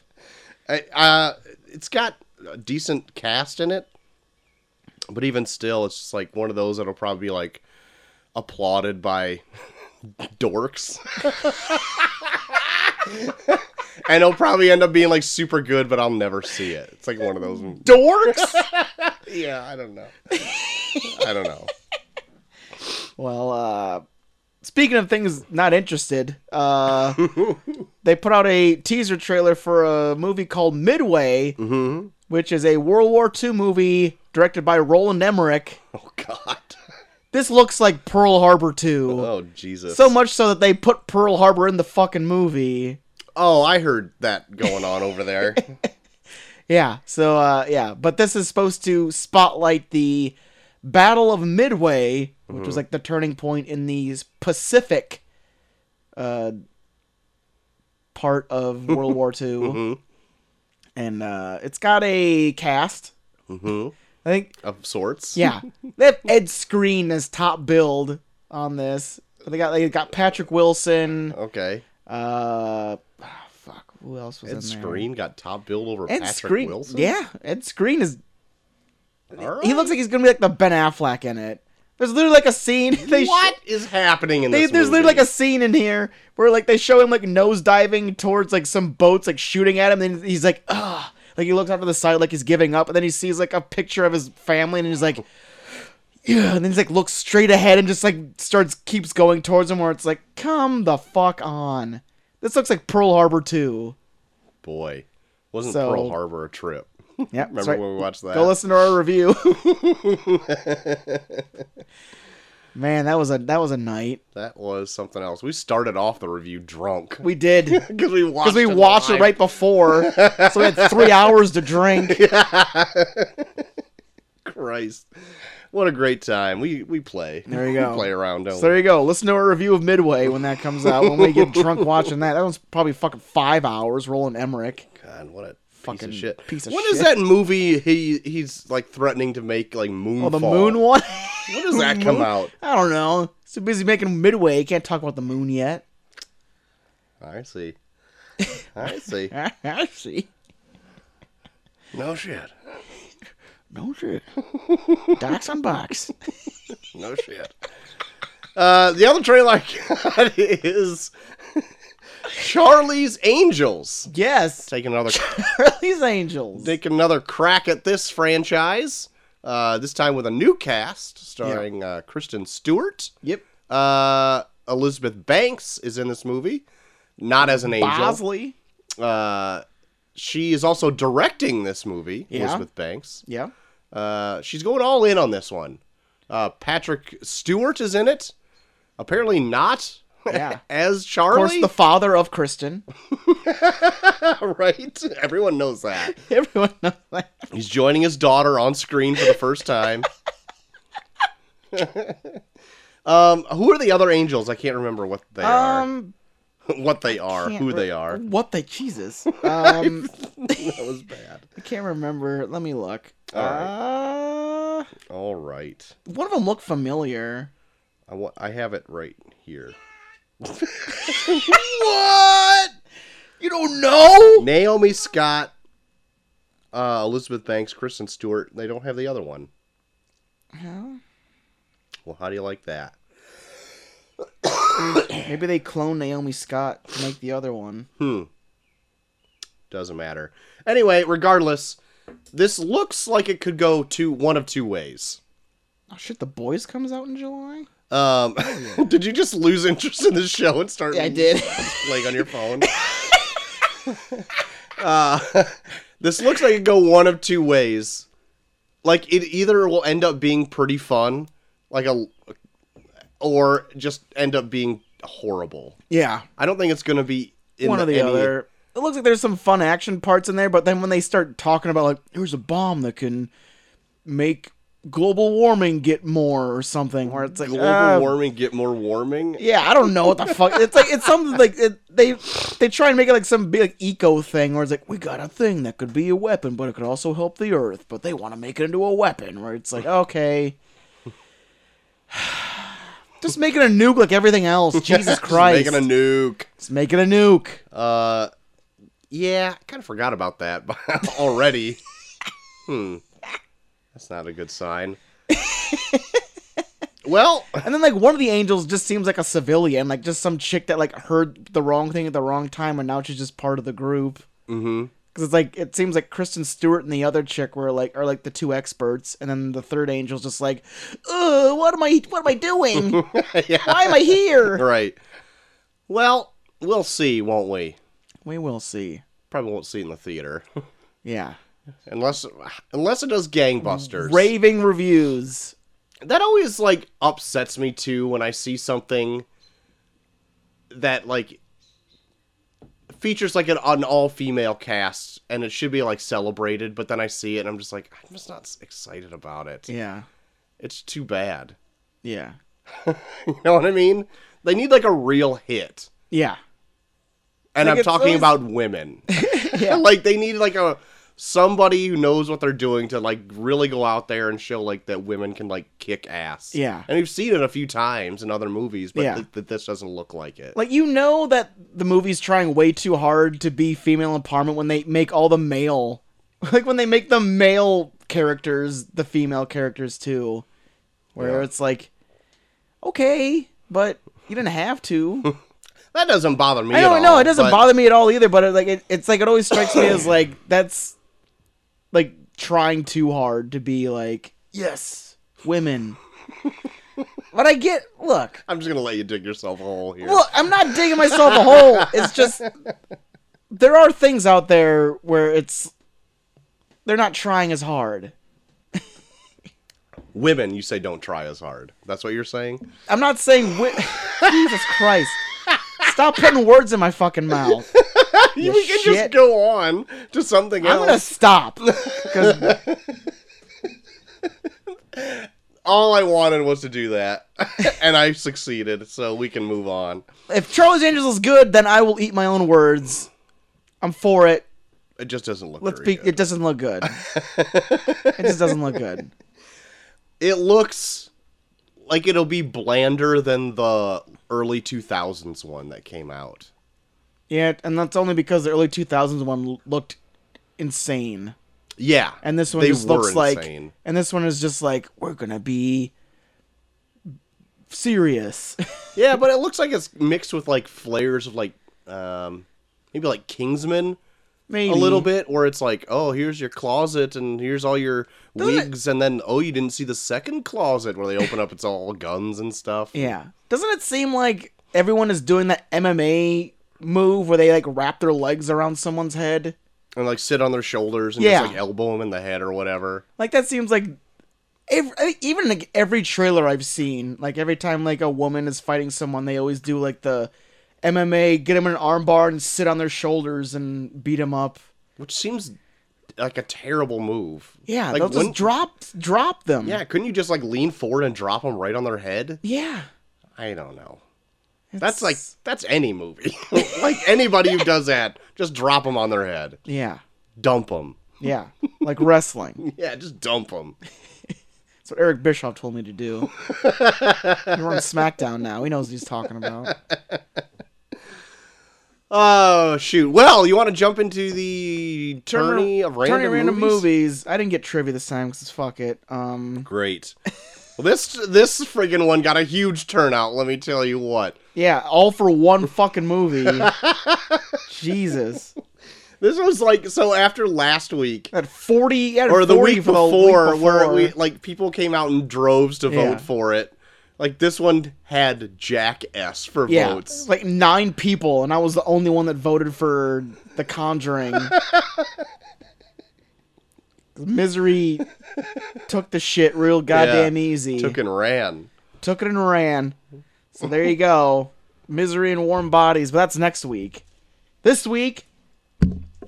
I- uh, it's got a decent cast in it, but even still, it's just like one of those that'll probably be like applauded by dorks. and it'll probably end up being like super good, but I'll never see it. It's like one of those.
Dorks.
Yeah, I don't know. I don't know.
Well, uh, speaking of things not interested, uh, they put out a teaser trailer for a movie called Midway,
Mhm.
which is a World War II movie directed by Roland Emmerich.
Oh, God.
This looks like Pearl Harbor 2.
Oh, Jesus.
So much so that they put Pearl Harbor in the fucking movie.
oh, I heard that going on over there.
Yeah, so, uh, yeah. But this is supposed to spotlight the Battle of Midway, which
Mm-hmm.
was like the turning point in the Pacific uh, part of World War II.
Mm-hmm.
And uh, it's got a cast.
hmm
I think
Of sorts.
Yeah, they have Ed Screen as top build on this. They got they got Patrick Wilson.
Okay.
Uh, ah, fuck, who else was
Ed
in there?
Screen got top billed over
Ed
Patrick
Screen.
Wilson.
Yeah, Ed Screen is.
All
He looks like he's gonna be like the Ben Affleck in it. There's literally like a scene. They sh-
What is happening in
they-
this?
there's
movie?
literally like a scene in here where like they show him like nose diving towards like some boats like shooting at him and he's like ah like he looks off to the side like he's giving up and then he sees like a picture of his family and he's like yeah and then he's like looks straight ahead and just like starts keeps going towards him where it's like come the fuck on this looks like Pearl Harbor 2
boy. Wasn't
So-
Pearl Harbor a trip?
yeah
Remember when we watched that?
go listen to our review man that was a that was a night
that was something else. We started off the review drunk
we did
because we watched
because we watched it
live.
right before, so we had three hours to drink.
Christ, what a great time. We we play.
There you
We
go.
play around. Don't
So there you go. Listen to our review of Midway when that comes out. When we get drunk watching that, that one's probably fucking five hours. Roland Emmerich.
we? God, what a piece
Fucking
of shit.
piece of
What is
shit.
that movie? He he's like threatening to make like moon.
Oh, the moon one.
When does that come out?
I don't know. So busy making Midway, can't talk about the moon yet.
I see. I see.
I see.
No shit.
No shit. Docs on box.
No shit. Uh, the other trailer I got is Charlie's Angels.
Yes.
Taking another
Charlie's Angels.
taking another crack at this franchise. Uh, this time with a new cast starring uh, Kristen Stewart.
Yep.
Uh, Elizabeth Banks is in this movie, not as an angel.
Bosley.
Uh, she is also directing this movie.
Yeah.
Elizabeth Banks.
Yeah.
Uh, she's going all in on this one. Uh, Patrick Stewart is in it. Apparently not.
Yeah.
As
Of course,
Charlie.
the father of Kristen.
right? Everyone knows that.
Everyone knows that.
He's joining his daughter on screen for the first time. um, who are the other angels? I can't remember what they
Um,
are. What they are.
can't
Who
re-
they are.
What the Jesus? Um,
that was bad.
I can't remember. Let me look.
All
Uh,
All right.
one of them looked familiar.
I wa- I have it right here. what?
You don't know?
Naomi Scott, uh, Elizabeth Banks, Kristen Stewart. They don't have the other one. Well, how do you like that?
Maybe they cloned Naomi Scott to make the other one.
Doesn't matter. Anyway, regardless, this looks like it could go to one of two ways.
Oh shit! The Boys comes out in July.
Um, did you just lose interest in the show and start?
Oh, Yeah, I did.
Playing on your phone. uh, this looks like it could go one of two ways. Like it either will end up being pretty fun, like a, or just end up being horrible.
yeah,
I don't think it's gonna be in
one or the
any-
other. It looks like there's some fun action parts in there, but then when they start talking about like, here's a bomb that can make global warming get more or something where it's like
Global
uh,
warming, get more warming.
yeah, I don't know what the fuck. It's like it's something like it, they they try and make it like some big like, eco thing where it's like we got a thing that could be a weapon, but it could also help the Earth. But they want to make it into a weapon where it's like okay, just making a nuke like everything else. Jesus
Just
Christ,
Making a nuke.
just making a nuke.
Uh, yeah, I kind of forgot about that already. hmm, that's not a good sign. well,
And then like one of the angels just seems like a civilian, like just some chick that like heard the wrong thing at the wrong time, and now she's just part of the group.
mhm.
Because it's like it seems like Kristen Stewart and the other chick were like are like the two experts, and then the third angel's just like, Ugh, what am I what am I doing? Why
yeah,
am I here?
right. Well, we'll see, won't we?
We will see.
Probably won't see it in the theater,
Yeah,
unless unless it does gangbusters.
raving reviews.
that always like upsets me too when I see something that like features like an, an all female cast and it should be like celebrated, but then I see it and I'm just like I'm just not s- excited about it.
Yeah,
It's too bad.
yeah,
You know what I mean? They need like a real hit.
yeah,
And
Like,
I'm
it's
talking
always-
about women.
Yeah.
like they need like a somebody who knows what they're doing to like really go out there and show like that women can like kick ass.
Yeah.
And we've seen it a few times in other movies, but
Yeah.
th- th- this doesn't look like it.
Like you know that the movie's trying way too hard to be female empowerment when they make all the male, like when they make the male characters the female characters too, where
Yeah.
it's like, okay, but you didn't have to.
that doesn't bother me.
I
at
don't know.
all,
It doesn't
but-
bother me at all either. But it, like, it, it's like it always strikes me as like that's like trying too hard to be like yes, women. but I get look.
I'm just gonna let you dig yourself a hole here.
Look, I'm not digging myself a hole. It's just there are things out there where it's they're not trying as hard.
Women, you say don't try as hard. That's what you're saying.
I'm not saying wi- Jesus Christ. Stop putting words in my fucking mouth. You
we can just
shit.
go on to something
I'm gonna
else.
stop. 'Cause-
All I wanted was to do that, and I succeeded. So we can move on.
if Charlie's Angels is good, then I will eat my own words. I'm for it.
It just doesn't look.
Let's
very
be.
good.
It doesn't look good. it just doesn't look good.
it looks like it'll be blander than the early 2000s one that came out.
Yeah, and that's only because the early 2000s one looked insane.
Yeah.
and this one
they
just
were
looks like
insane.
and this one is just like we're gonna be serious
Yeah, but it looks like it's mixed with like flares of like um maybe like Kingsman
maybe
a little bit where it's like, "Oh, here's your closet and here's all your wigs and then oh, you didn't see the second closet where they open up it's all guns and stuff."
yeah doesn't it seem like everyone is doing that mma move where they like wrap their legs around someone's head
And like sit on their shoulders and
Yeah.
just like elbow them in the head or whatever.
like that seems like every, I mean, even like every trailer i've seen like every time like a woman is fighting someone they always do like the mma get them in an armbar and sit on their shoulders and beat them up
Which seems like a terrible move.
yeah
like
they'll just
wouldn't-
drop drop them
Yeah, couldn't you just like lean forward and drop them right on their head?
yeah
I don't know.
It's-
That's like that's any movie. like anybody who does that, just drop them on their head.
Yeah.
Dump them.
Yeah. Like wrestling.
Yeah, just dump them.
That's what Eric Bischoff told me to do. We're on SmackDown now. He knows what he's talking about.
Oh shoot. Well, you want to jump into the tourney of random,
Turning random
movies?
movies. I didn't get trivia this time because fuck it. Um.
Great. Well, this this friggin' one got a huge turnout. Let me tell you what.
Yeah. All for one fucking movie. Jesus.
This was like so after last week.
At forty. yeah,
or the
40
week
for
before,
week
where we
before.
like people came out in droves to vote
Yeah.
for it. Like this one had Jack S for
yeah,
votes.
like nine people, and I was the only one that voted for The Conjuring. Misery took the shit real goddamn easy.
Took and ran.
took it and ran. So there you go. Misery and warm bodies, but that's next week. This week,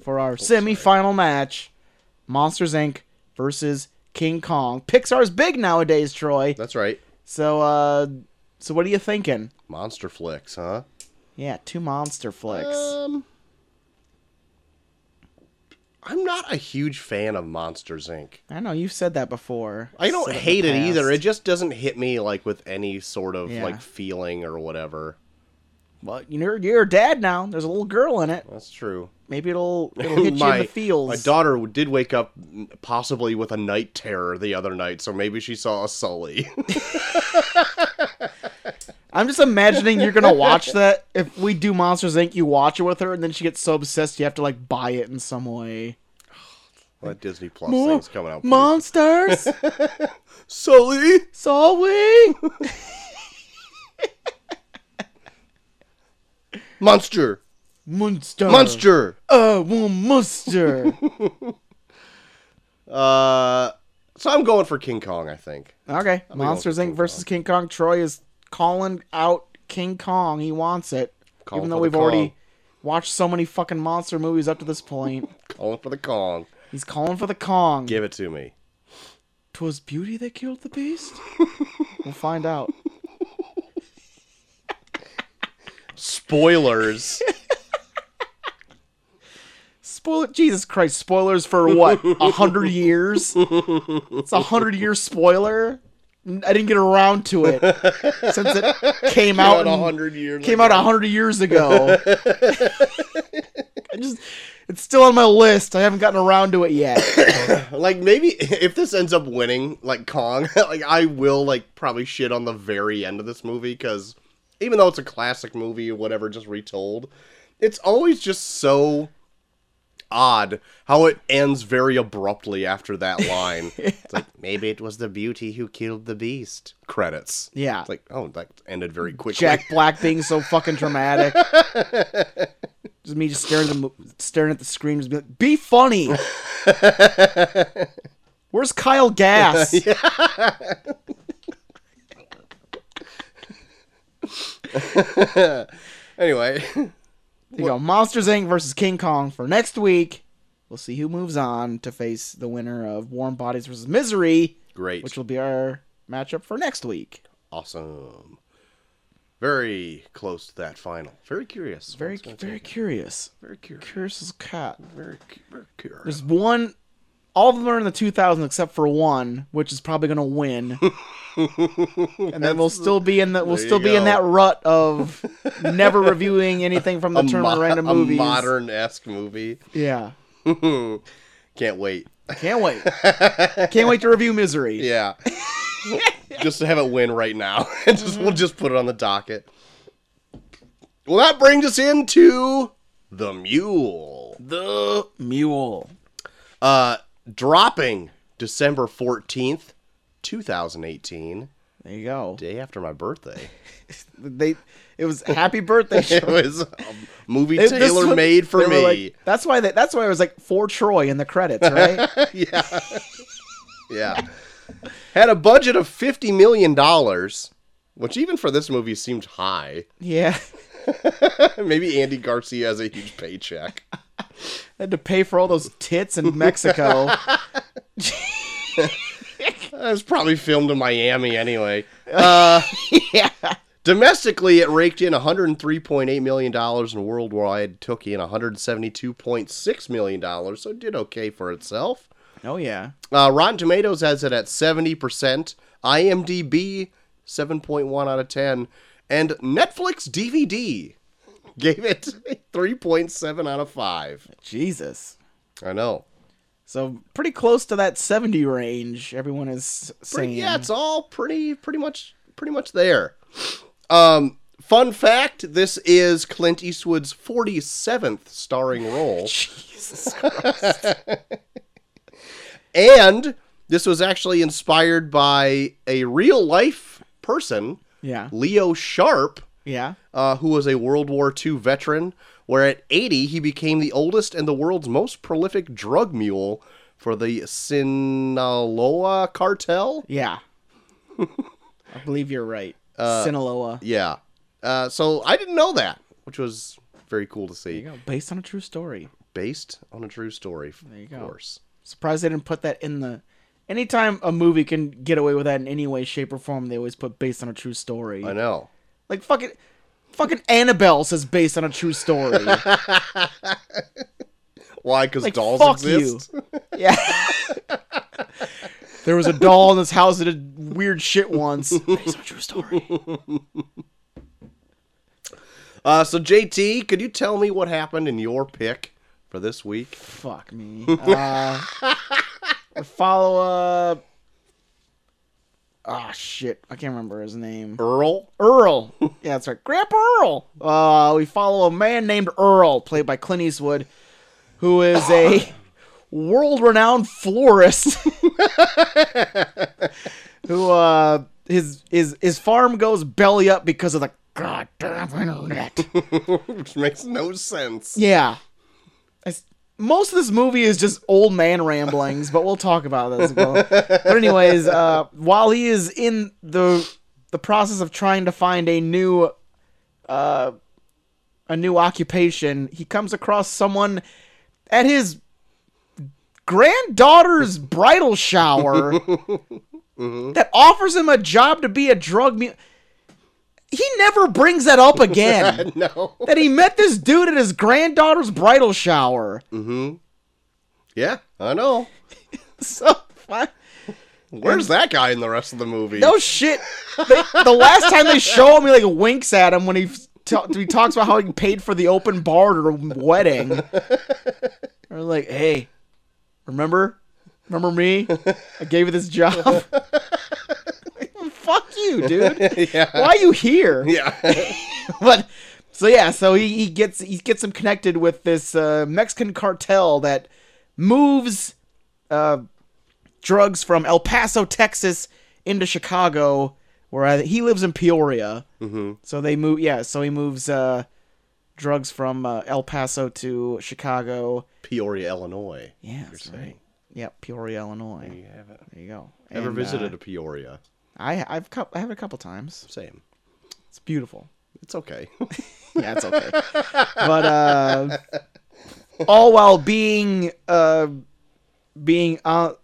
for our semi-final match, Monsters Inc. versus King Kong. Pixar's big nowadays, Troy.
That's right.
So, uh, so what are you thinking?
Monster flicks, huh?
Yeah, two monster flicks.
Um, I'm not a huge fan of Monsters Inc.
I know you've said that before.
I don't
Said in the
hate it either. It
past.
just doesn't hit me like with any sort of
Yeah.
like feeling or whatever.
well, you know, you're a dad now. There's a little girl in it.
That's true.
Maybe it'll it'll hit you in the feels.
Oh my daughter did wake up possibly with a night terror the other night, so maybe she saw a Sully.
I'm just imagining you're gonna watch that. If we do Monsters Inc., you watch it with her, and then she gets so obsessed you have to like buy it in some way.
that Disney Plus
Mo-
thing's coming out. pretty-
Monsters,
Sully.
so we.
Monster.
Monster,
Monster.
uh, one monster.
Uh, so I'm going for King Kong. I think.
okay,
be going
Monsters
for
Inc.
King
versus King Kong. Troy is calling out King Kong. He wants it,
Calling
even though
for the
we've already
Kong.
watched so many fucking monster movies up to this point.
Calling for the Kong.
He's calling for the Kong.
Give it to me.
Twas beauty that killed the beast. we'll find out.
Spoilers.
Spoil Jesus Christ, spoilers for what? A hundred years? It's a hundred year spoiler? N- I didn't get around to it since it came out
a
in-
hundred years.
came out
ago.
a hundred years ago. I just it's still on my list. I haven't gotten around to it yet.
Like maybe if this ends up winning, like Kong, like I will like probably shit on the very end of this movie because even though it's a classic movie or whatever, just retold, it's always just so odd how it ends very abruptly after that line. It's like maybe it was the beauty who killed the beast. Credits.
Yeah.
It's like oh, that ended very quickly.
Jack Black being so fucking dramatic. Just me just staring at the mo- staring at the screen, just be like, "Be funny." Where's Kyle Gas?
Anyway,
There you go. Monsters Inc. versus King Kong for next week. We'll see who moves on to face the winner of Warm Bodies versus Misery,
great.
which will be our matchup for next week.
Awesome. Very close to that final. Very curious.
Very,
What's gonna
very
take it?
curious.
very curious.
Curious as a cat.
Very, cu- very curious.
There's one. All of them are in the 2000s except for one, which is probably going to win. and then we'll still be in the we'll
There you
still be in
go.
that rut of never reviewing anything from the term of random movies.
modern esque movie.
Yeah,
Can't wait.
can't wait. can't wait to review Misery.
Yeah. just to have it win right now. And just
Mm-hmm.
we'll just put it on the docket. Well that brings us into the mule. The
Mule.
uh dropping December fourteenth, two thousand eighteen.
There you go.
Day after my birthday.
they it was happy birthday
it
Troy.
was a movie
This one-
tailor made
they
for
were
me.
like- that's why they, that's why it was like for Troy in the credits, right?
yeah. yeah. Had a budget of $50 million, which even for this movie seemed high.
yeah.
Maybe Andy Garcia has a huge paycheck. Uh,
They had to pay for all those tits in Mexico.
It was probably filmed in Miami anyway. Uh,
yeah.
domestically, it raked in $103.8 million and worldwide took in $172.6 million, so it did okay for itself.
Oh yeah.
Uh, Rotten Tomatoes has it at 70%, IMDb 7.1 out of 10, and Netflix DVD gave it 3.7 out of 5.
Jesus.
I know.
So pretty close to that 70 range everyone is
Pretty,
saying.
yeah, it's all pretty pretty much pretty much there. Um fun fact, this is Clint Eastwood's 47th starring role.
Jesus.
and this was actually inspired by a real life person,
yeah.
Leo Sharp,
Yeah.
uh, who was a World War II veteran, where at 80 he became the oldest and the world's most prolific drug mule for the Sinaloa cartel.
Yeah. I believe you're right. Sinaloa.
Yeah. Uh, so I didn't know that, which was very cool to see.
There you go. Based on a true story.
Based on a true story,
you
of
go.
course.
Surprised they didn't put that in the Anytime a movie can get away with that in any way, shape, or form, they always put based on a true story.
I know.
Like fucking, fucking Annabelle says based on a true story.
Why? Because
Like,
dolls
fuck
exist.
yeah. there was a doll in this house that did weird shit once. Based on a true story.
Uh, so JT, could you tell me what happened in your pick for this week?
Fuck me. Uh, follow up. Ah shit, I can't remember his name.
Earl.
Earl. Yeah, that's right. Grandpa Earl. Uh, we follow a man named Earl, played by Clint Eastwood, who is a world renowned florist who uh his his his farm goes belly up because of the goddamn internet.
Which makes no sense.
yeah. I s most of this movie is just old man ramblings, but we'll talk about this. but anyways, uh, while he is in the the process of trying to find a new uh, a new occupation, he comes across someone at his granddaughter's bridal shower that offers him a job to be a drug mu- he never brings that up again
No.
that he met this dude at his granddaughter's bridal shower.
Yeah, I know.
So what?
Where's that guy in the rest of the movie?
no shit. They, the last time they show him, he like winks at him when he, ta- he talks about how he paid for the open bar at her wedding. Or like, hey, remember, remember me? I gave you this job. Fuck you, dude.
Yeah.
Why are you here?
Yeah.
but so yeah, so he, he gets he gets him connected with this uh, Mexican cartel that moves uh, drugs from El Paso, Texas, into Chicago, where I, he lives in Peoria. Mm-hmm. So they move, yeah. So he moves uh, drugs from uh, El Paso to Chicago.
Peoria, Illinois.
Yeah, that's right. Yep, Peoria, Illinois.
You haven't
There you go.
ever
And,
visited
Uh,
a Peoria?
I I've cou- I have it a couple times.
Same.
It's beautiful.
It's okay.
Yeah, it's okay. but uh, all while being uh, being uh,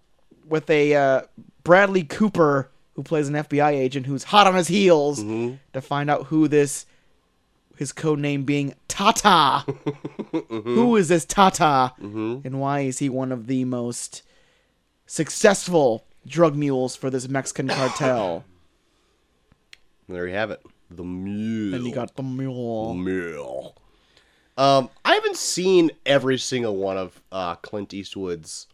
with a uh, Bradley Cooper who plays an FBI agent who's hot on his heels to find out who this his code name being Tata. Who is this Tata? And why is he one of the most successful drug mules for this Mexican cartel?
there you have it. The mule.
and you got the mule.
mule. Um, I haven't seen every single one of uh, Clint Eastwood's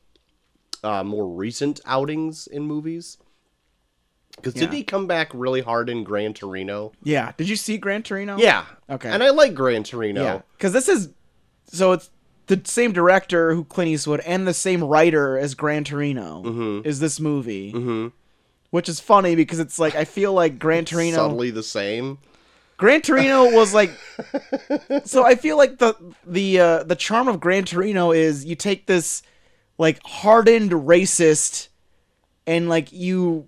uh, more recent outings in movies. Because did
Yeah.
he come back really hard in Gran Torino?
Yeah. Did you see Gran Torino?
Yeah.
Okay.
And I like Gran Torino.
Yeah, because this is so it's the same director who Clint Eastwood and the same writer as Gran Torino is this movie, mm-hmm. which is funny because it's like I feel like Gran Torino.
Subtly the same.
Gran Torino was like, so I feel like the the uh, the charm of Gran Torino is you take this like hardened racist and like you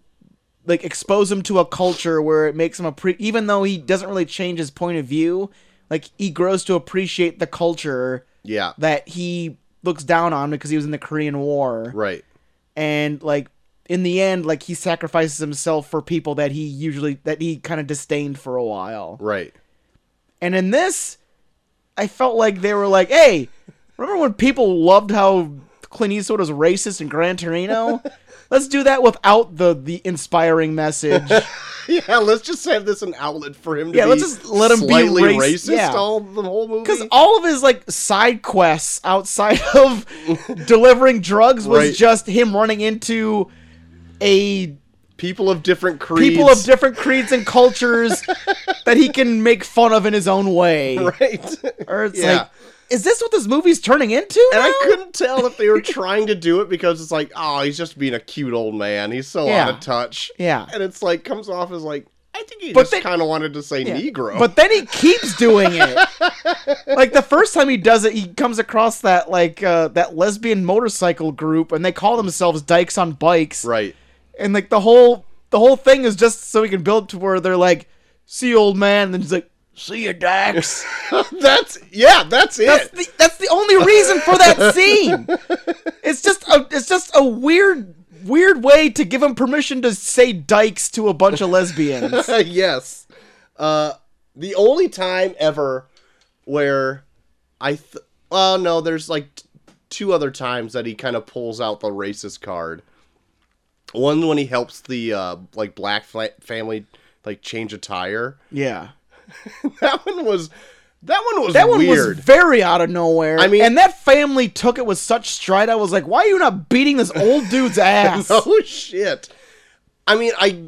like expose him to a culture where it makes him a pre- even though he doesn't really change his point of view, like he grows to appreciate the culture
Yeah.
that he looks down on because he was in the Korean War
right.
and like in the end like he sacrifices himself for people that he usually that he kind of disdained for a while.
Right.
And in this, I felt like they were like, hey, remember when people loved how Clint Eastwood was racist in Gran Torino? Let's do that without the the inspiring message.
Yeah, let's just have this an outlet for him to
Yeah,
be
let's just let him be
slightly
raci-
racist
yeah.
all the whole movie.
Because all of his like side quests outside of delivering drugs was
Right.
just him running into a
people of different creeds.
people of different creeds and cultures that he can make fun of in his own way.
Right.
Or it's
Yeah.
like, is this what this movie's turning into?
And I
now?
couldn't tell if they were trying to do it because it's like, oh, he's just being a cute old man. He's so out
Yeah.
of touch.
Yeah.
And it's like, comes off as like, I think he
But
just
they-
kind of wanted to say
Yeah.
Negro.
But then he keeps doing it. like the first time he does it, he comes across that like uh, that lesbian motorcycle group, and they call themselves Dykes on Bikes.
right.
And like the whole the whole thing is just so he can build to where they're like, "See you, old man," and then he's like, "See you, Dax."
that's, yeah, that's it.
That's the, that's the only reason for that scene. It's just a it's just a weird weird way to give him permission to say dykes to a bunch of lesbians.
yes. Uh, the only time ever where I, th- well, no, there's like t- two other times that he kind of pulls out the racist card. One when he helps the uh, like black fla- family like change a tire.
yeah.
that one was, that one was
That one
weird.
was very out of nowhere.
I mean-
and that family took it with such stride. I was like, "Why are you not beating this old dude's ass?"
Oh shit! I mean, I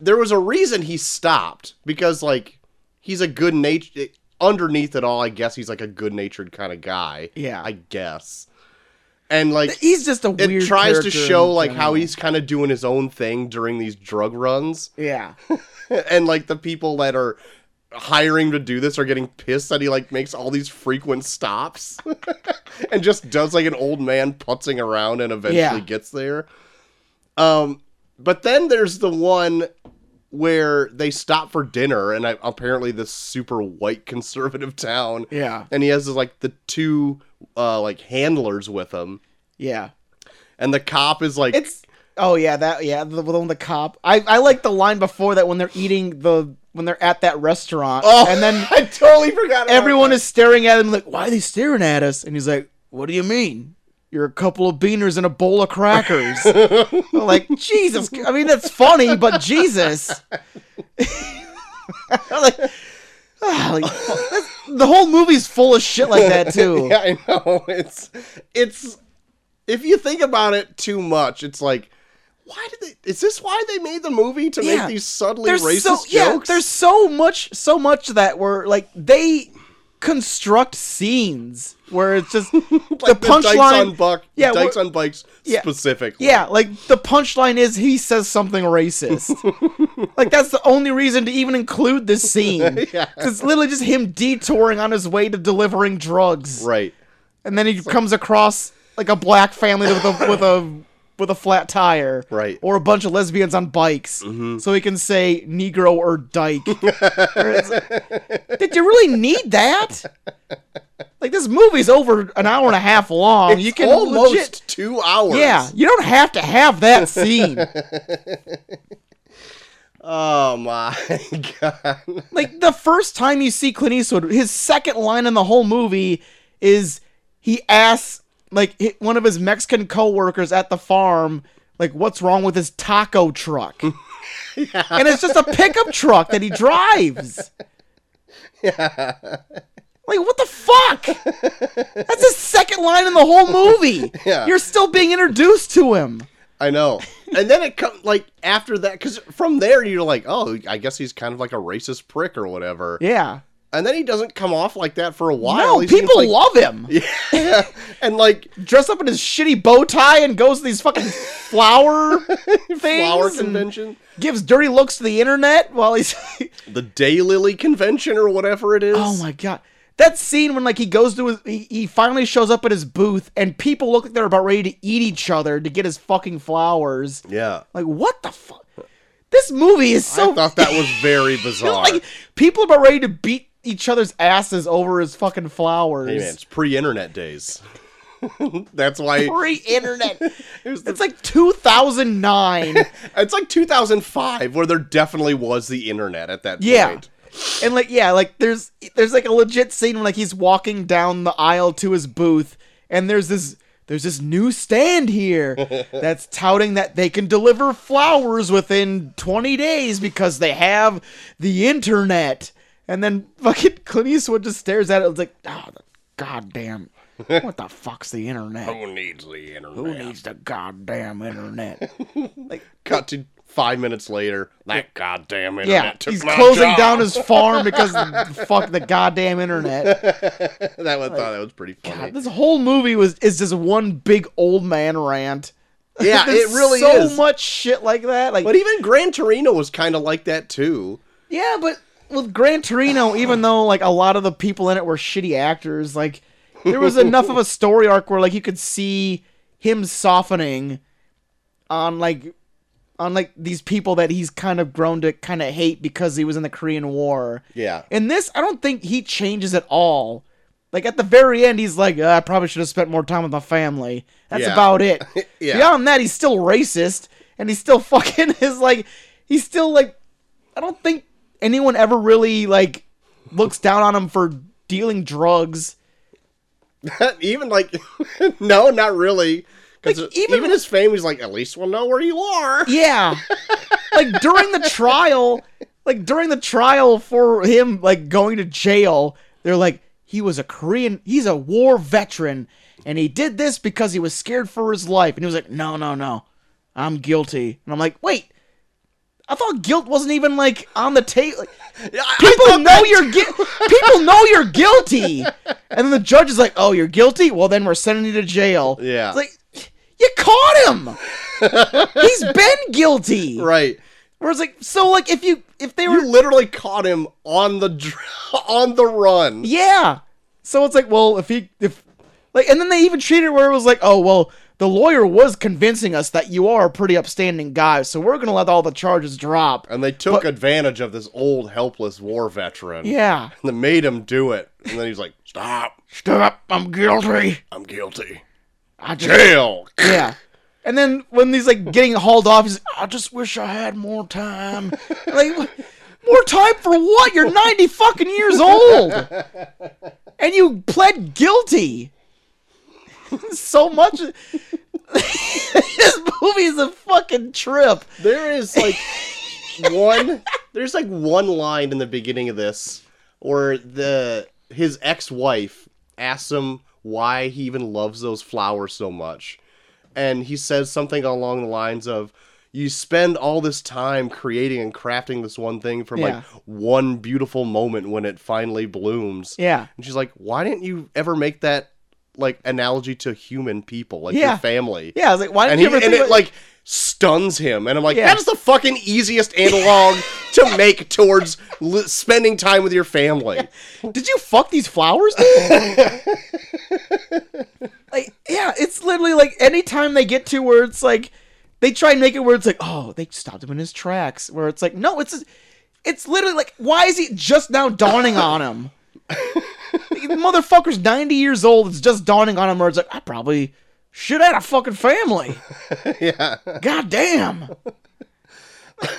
there was a reason he stopped because like he's a good natured. Underneath it all, I guess he's like a good natured kind of guy.
Yeah.
I guess. And like
He's just a
it
weird.
tries to
character
show
in
like how
general.
he's kind of doing his own thing during these drug runs,
Yeah.
and like the people that are hiring to do this are getting pissed that he like makes all these frequent stops and just does like an old man putzing around and eventually
Yeah.
gets there. Um, but then there's the one where they stop for dinner, and I, apparently this super white conservative town,
Yeah.
and he has this, like the two uh, like handlers with him,
Yeah.
and the cop is like,
It's oh yeah that yeah the the one with the cop. I I like the line before that when they're eating the when they're at that restaurant.
oh,
and then
I totally forgot. about
everyone
that.
is staring at him like, why are they staring at us? And he's like, what do you mean? You're a couple of beaners and a bowl of crackers. I'm like Jesus, I mean that's funny, but Jesus. I'm like, ah, like, that's- the whole movie's full of shit like that too.
yeah, I know. It's it's if you think about it too much, it's like why did they is this why they made the movie to
Yeah.
make these subtly
there's
racist
so,
jokes?
Yeah, there's so much, so much that were like they construct scenes where it's just
like
the
Dykes on
punchline.
Buck,
Yeah,
Dykes
we're-
on Bikes
Yeah.
specifically.
yeah, like the punchline is he says something racist. like that's the only reason to even include this scene.
Yeah.
It's literally just him detouring on his way to delivering drugs,
Right.
and then he comes across like a black family with a with a with a flat tire,
Right. Mm-hmm.
or a bunch of lesbians on bikes, so he can say Negro or Dyke. Or it's- Did you really need that? Like this movie's over an hour and a half long. you can
almost
legit,
two hours.
yeah. You don't have to have that scene.
Oh my god.
like the first time you see Clint Eastwood, his second line in the whole movie is he asks like hi- one of his Mexican coworkers at the farm, like what's wrong with his taco truck, and it's just a pickup truck that he drives. Like what the fuck? That's his second line in the whole movie.
Yeah.
You're still being introduced to him.
I know. And then it comes like after that, because from there you're like, oh, I guess he's kind of like a racist prick or whatever.
Yeah.
And then he doesn't come off like that for a while.
No,
He seems
people
like-
love him.
Yeah. and like
dressed up in his shitty bow tie and goes to these fucking flower things
flower
and
convention,
gives dirty looks to the internet while he's
the daylily convention or whatever it is.
oh my god that scene when like he goes to his he, he finally shows up at his booth and people look like they're about ready to eat each other to get his fucking flowers
Yeah.
like what the fuck this movie is so
I thought that was very bizarre.
like people are about ready to beat each other's asses over his fucking flowers
hey man, it's pre-internet days. That's why
pre-internet
it was the-
it's like 2009
it's like 2005 where there definitely was the internet at that
Yeah.
point.
And like yeah, like there's there's like a legit scene when like he's walking down the aisle to his booth and there's this there's this new stand here that's touting that they can deliver flowers within 20 days because they have the internet. And then fucking Clint Eastwood just stares at it and is like, oh, the goddamn. What the fuck's the internet?
Who needs the internet?
Who needs the goddamn internet?
Cut to five minutes later. That goddamn internet
Yeah,
took
he's
my
closing
job.
down his farm because the, fuck the goddamn internet.
that one, thought that was pretty funny.
God, this whole movie was is just one big old man rant.
Yeah,
There's
it really
so
is.
much shit like that. Like,
But even Gran Torino was kind of like that too.
yeah, but with Gran Torino, even though like a lot of the people in it were shitty actors, like there was enough of a story arc where like you could see him softening on like on like these people that he's kind of grown to kind of hate because he was in the Korean War.
Yeah.
In this, I don't think he changes at all. Like at the very end, he's like, "Uh, I probably should have spent more time with my family. That's
Yeah.
about it.
Yeah.
Beyond that, he's still racist and he's still fucking is like, he's still like, I don't think anyone ever really like looks down on him for dealing drugs.
even like, no, not really. Because
Like, even-
even, his fame, he's like, at least we'll know where you are.
Yeah. like during the trial, like during the trial for him like going to jail, they're like he was a Korean, he's a war veteran and he did this because he was scared for his life and he was like, "No, no, no. I'm guilty." And I'm like, "Wait, I thought guilt wasn't even like on the table.
Yeah, I- I
people
thought
know you're gui- people know you're guilty." And then the judge is like, "Oh, you're guilty? Well, then we're sending you to jail."
Yeah.
It's like you caught him. He's been guilty.
that- right.
Where it's like, so like if you if they were
You literally caught him on the dr- on the run.
yeah, so it's like, well, if he if like, and then they even treated it where it was like, oh well, the lawyer was convincing us that you are a pretty upstanding guy, so we're gonna let all the charges drop.
And they took advantage of this old helpless war veteran.
Yeah,
And they made him do it. And then he's like, stop.
stop! I'm guilty.
I'm guilty.
I just
Jail.
yeah. And then when he's like getting hauled off, he's like, I just wish I had more time. like, wh- more time for what? You're 90 fucking years old. And you pled guilty. so much. this movie is a fucking trip.
There is like one. There's like one line in the beginning of this where the his ex-wife asks him why he even loves those flowers so much, and he says something along the lines of, "You spend all this time creating and crafting this one thing from
Yeah.
like one beautiful moment when it finally blooms."
Yeah.
And she's like, "Why didn't you ever make that like analogy to human people, like
Yeah.
your family?"
Yeah, I was like, why didn't
and,
you
he,
ever
and
think
it
about-
like stuns him and i'm like
Yeah.
that is the fucking easiest analog to make towards li- spending time with your family
Did you fuck these flowers? dude?" like, yeah, it's literally like anytime they get to where it's like they try and make it where it's like, oh, they stopped him in his tracks. Where it's like, no, it's it's literally like, why is he just now dawning on him? the motherfucker's ninety years old. It's just dawning on him. Where it's like, I probably should have had a fucking family.
yeah
God damn.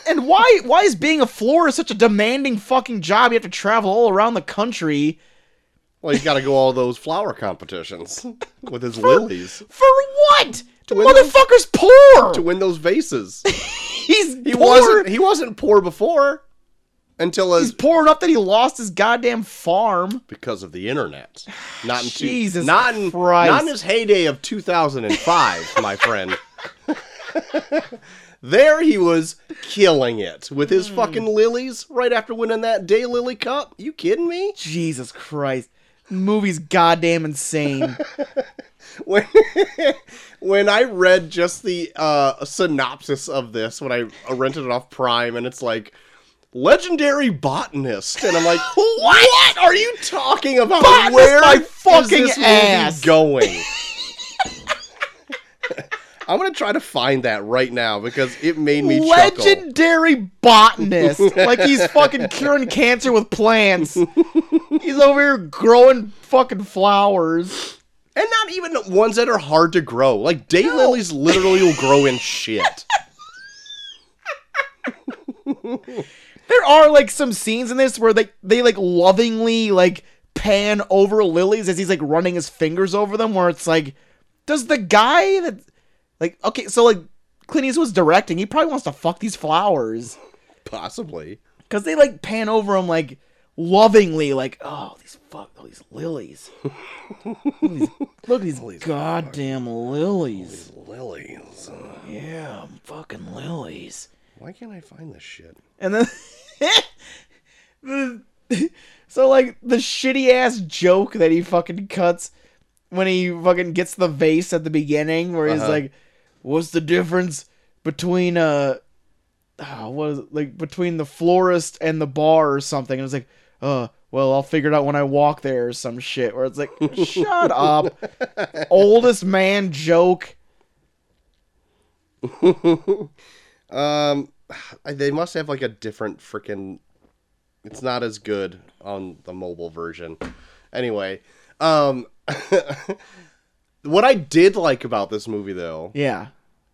and why why is being a florist such a demanding fucking job? You have to travel all around the country.
well he's got to go all those flower competitions with his lilies
For what? The
win
motherfucker's poor.
to win those vases
He's
he
poor.
wasn't he wasn't poor before until
He's
his,
poor enough that he lost his goddamn farm.
because of the internet not in two-
Jesus
not in
Christ.
not in his heyday of 2005 my friend There he was killing it with
Hmm.
his fucking lilies right after winning that day lily cup. You kidding me?
Jesus Christ. Movie's goddamn insane.
When when I read just the uh, synopsis of this when I uh, rented it off Prime and it's like legendary botanist and I'm like, what are you talking about?
Botanist
Where
my
is
fucking
this movie
ass."
going? I'm gonna try to find that right now because it made me chuckle.
Legendary botanist. like he's fucking curing cancer with plants. he's over here growing fucking flowers.
And not even ones that are hard to grow. Like daylilies literally will grow in shit.
There are like some scenes in this where they they like lovingly like pan over lilies as he's like running his fingers over them where it's like does the guy that like okay so like Clint Eastwood's directing he probably wants to fuck these flowers
Possibly.
cuz they like pan over them like lovingly like oh these fuck all these lilies look at these, look at these goddamn lilies
Lilies.
yeah fucking lilies
Why can't I find this shit?
And then the, so like the shitty ass joke that he fucking cuts when he fucking gets the vase at the beginning where he's
Uh-huh.
like what's the difference between uh oh, what is it? like between the florist and the bar or something and it's like uh well I'll figure it out when I walk there or some shit where it's like shut up oldest man joke
Um, I- they must have like a different freaking. It's not as good on the mobile version. Anyway, Um, what I did like about this movie though
Yeah.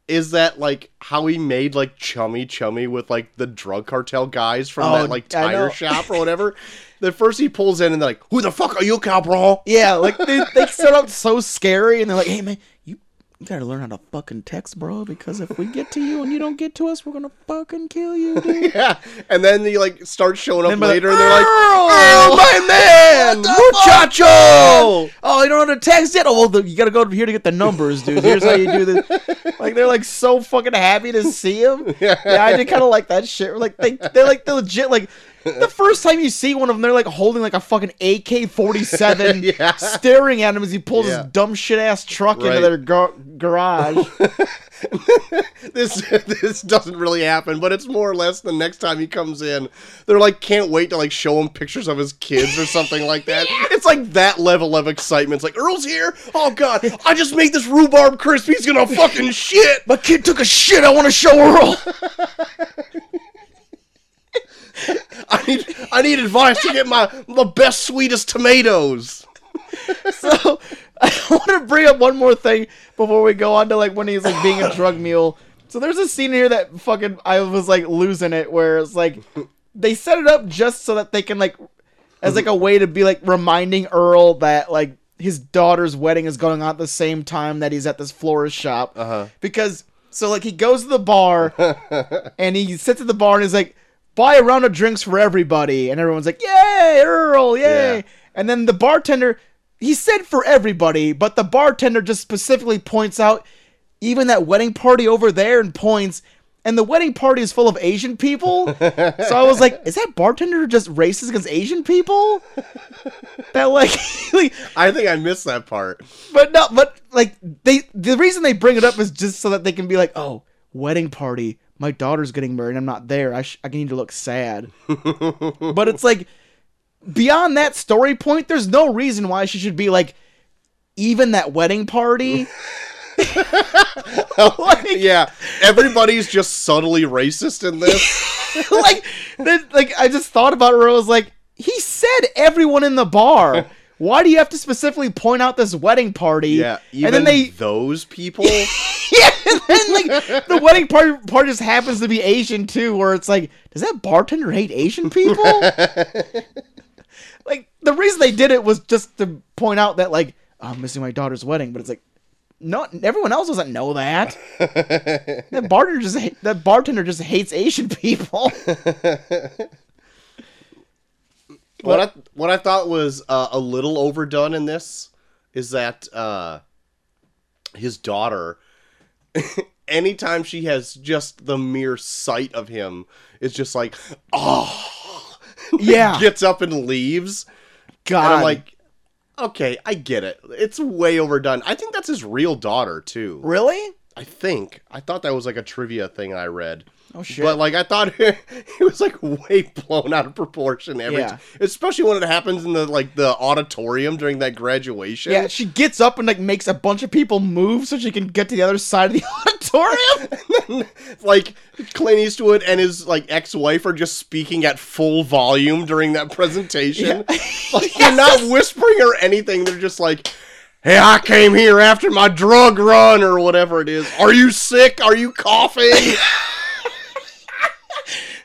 is that like how he made like chummy chummy with like the drug cartel guys from
Oh,
that like
I know.
tire shop or whatever. the first he pulls in and they're like, "Who the fuck are you, cabron?"
Yeah, like they, they set up so scary and they're like, hey man, you, you gotta learn how to fucking text, bro, because if we get to you and you don't get to us, we're gonna fucking kill you, dude.
Yeah, and then he like starts showing up
And they're "Ah!"
later, and they're like,
"Earl, my man,
"Muchacho!"
Oh, you don't know how to text yet? Oh, well, the, you gotta go over here to get the numbers, dude. Here's how you do this. Like, they're like so fucking happy to see him. Yeah, I did kind of like that shit. Like, they, they're like the legit, like, the first time you see one of them, they're like holding like a fucking AK 47,
Yeah.
staring at him as he pulls
Yeah.
his dumb shit ass truck
Right.
into their gar- garage.
this this doesn't really happen, but it's more or less the next time he comes in, they're like can't wait to like show him pictures of his kids or something like that. It's like that level of excitement. It's like Earl's here. Oh god, I just made this rhubarb crisp. He's gonna fucking shit.
My kid took a shit. I want to show Earl.
I need I need advice to get my my best sweetest tomatoes.
So I want to bring up one more thing before we go on to like when he's like being a drug mule. So there's a scene here that fucking I was like losing it where it's like they set it up just so that they can like as like a way to be like reminding Earl that like his daughter's wedding is going on at the same time that he's at this florist shop. Uh-huh. Because so like he goes to the bar and he sits at the bar and he's like, "Buy a round of drinks for everybody," and everyone's like, "Yay, Earl, yay!"
Yeah.
And then the bartender, he said for everybody, but the bartender just specifically points out even that wedding party over there and points. And the wedding party is full of Asian people. so I was like, is that bartender just racist against Asian people? That like, like
I think I missed that part.
but no, but like they the reason they bring it up is just so that they can be like, oh, wedding party, my daughter's getting married, I'm not there, I sh- I need to look sad. but it's like beyond that story point, there's no reason why she should be like even that wedding party. like,
Yeah, everybody's just subtly racist in this.
like, that- like I just thought about it where I was like, he said everyone in the bar. Why do you have to specifically point out this wedding party?
Yeah, even
and then they
those people.
Yeah, and then like the wedding part part just happens to be Asian too, where it's like, does that bartender hate Asian people? like the reason they did it was just to point out that like oh, I'm missing my daughter's wedding, but it's like no, everyone else doesn't know that. that bartender just ha- that bartender just hates Asian people.
what I, what I thought was uh, a little overdone in this is that uh, his daughter, anytime she has just the mere sight of him, is just like, oh,
yeah,
gets up and leaves.
God,
And I'm like, okay, I get it. It's way overdone. I think that's his real daughter too.
really?
I think I thought that was like a trivia thing I read.
Oh shit!
But like I thought, it was like way blown out of proportion. Every,
Yeah.
especially when it happens in the like the auditorium during that graduation.
yeah, she gets up and like makes a bunch of people move so she can get to the other side of the auditorium.
like Clint Eastwood and his like ex-wife are just speaking at full volume during that presentation. Like they're not whispering or anything. They're just like, "Hey, I came here after my drug run or whatever it is. Are you sick? Are you coughing?"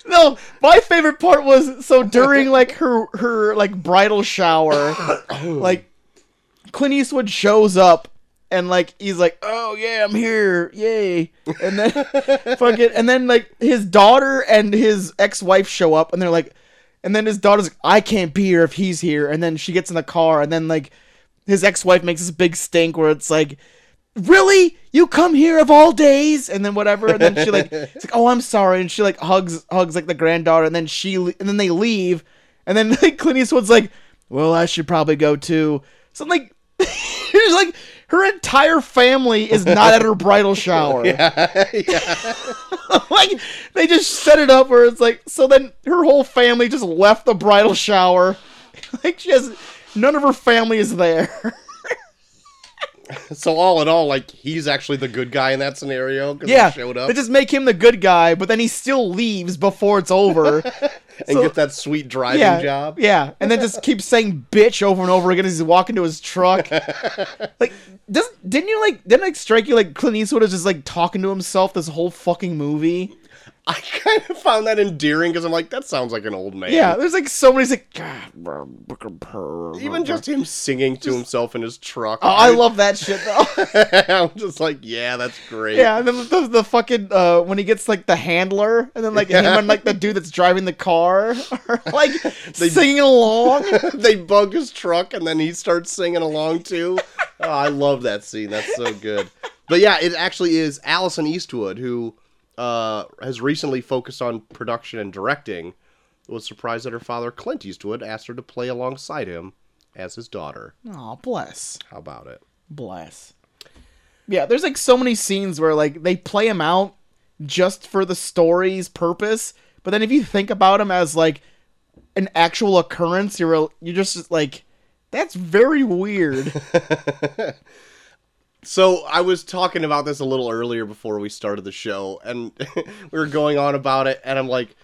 No, my favorite part was so during like her her like bridal shower, like Clint Eastwood shows up and like he's like, "Oh yeah, I'm here, yay!" And then fucking and then like his daughter and his ex wife show up and they're like, and then his daughter's like, "I can't be here if he's here," and then she gets in the car and then like his ex wife makes this big stink where it's like. Really? You come here of all days? And then whatever, and then she like, it's like, oh, I'm sorry, and she like hugs, hugs like the granddaughter, and then she, le- and then they leave, and then like Clint Eastwood's like, well, I should probably go too. So I'm like, it's like her entire family is not at her bridal shower. like they just set it up where it's like, so then her whole family just left the bridal shower. like she has none of her family is there.
so all in all, like he's actually the good guy in that scenario because
Yeah,
he showed up.
they just make him the good guy, but then he still leaves before it's over.
and
So-
get that sweet driving
yeah,
job.
Yeah, and then just keep saying bitch over and over again as he's walking to his truck. like, does didn't you like didn't like strike you like Clint Eastwood is just like talking to himself this whole fucking movie?
I kind of found that endearing because I'm like, that sounds like an old man.
Yeah, there's like so many he's like God,
Even just him singing to himself in his truck.
Oh, I love that shit though.
I'm just like, yeah, that's great.
yeah, and then the, the, fucking uh, when he gets like the handler, and then like him
Yeah.
and like the dude that's driving the car, are, like singing along.
they bug his truck and then he starts singing along too. Oh, I love that scene. That's so good. But yeah, it actually is Allison Eastwood who uh, has recently focused on production and directing. Was surprised that her father Clint Eastwood asked her to play alongside him as his daughter.
Oh, bless.
How about it?
Bless. Yeah, there's like so many scenes where like they play him out just for the story's purpose, but then if you think about him as like an actual occurrence, you're a- you're just like that's very weird.
So I was talking about this a little earlier before we started the show, and we were going on about it, and I'm like,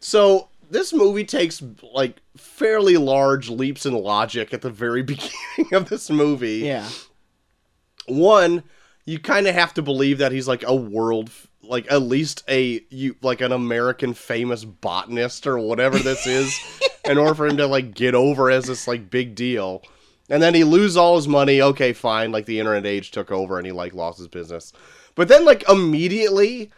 so this movie takes like fairly large leaps in logic at the very beginning of this movie.
yeah.
One, you kind of have to believe that he's like a world, like at least a you like an American famous botanist or whatever this is, in order for him to like get over as this like big deal. And then he lose all his money. Okay, fine. Like the internet age took over and he like lost his business. But then like immediately,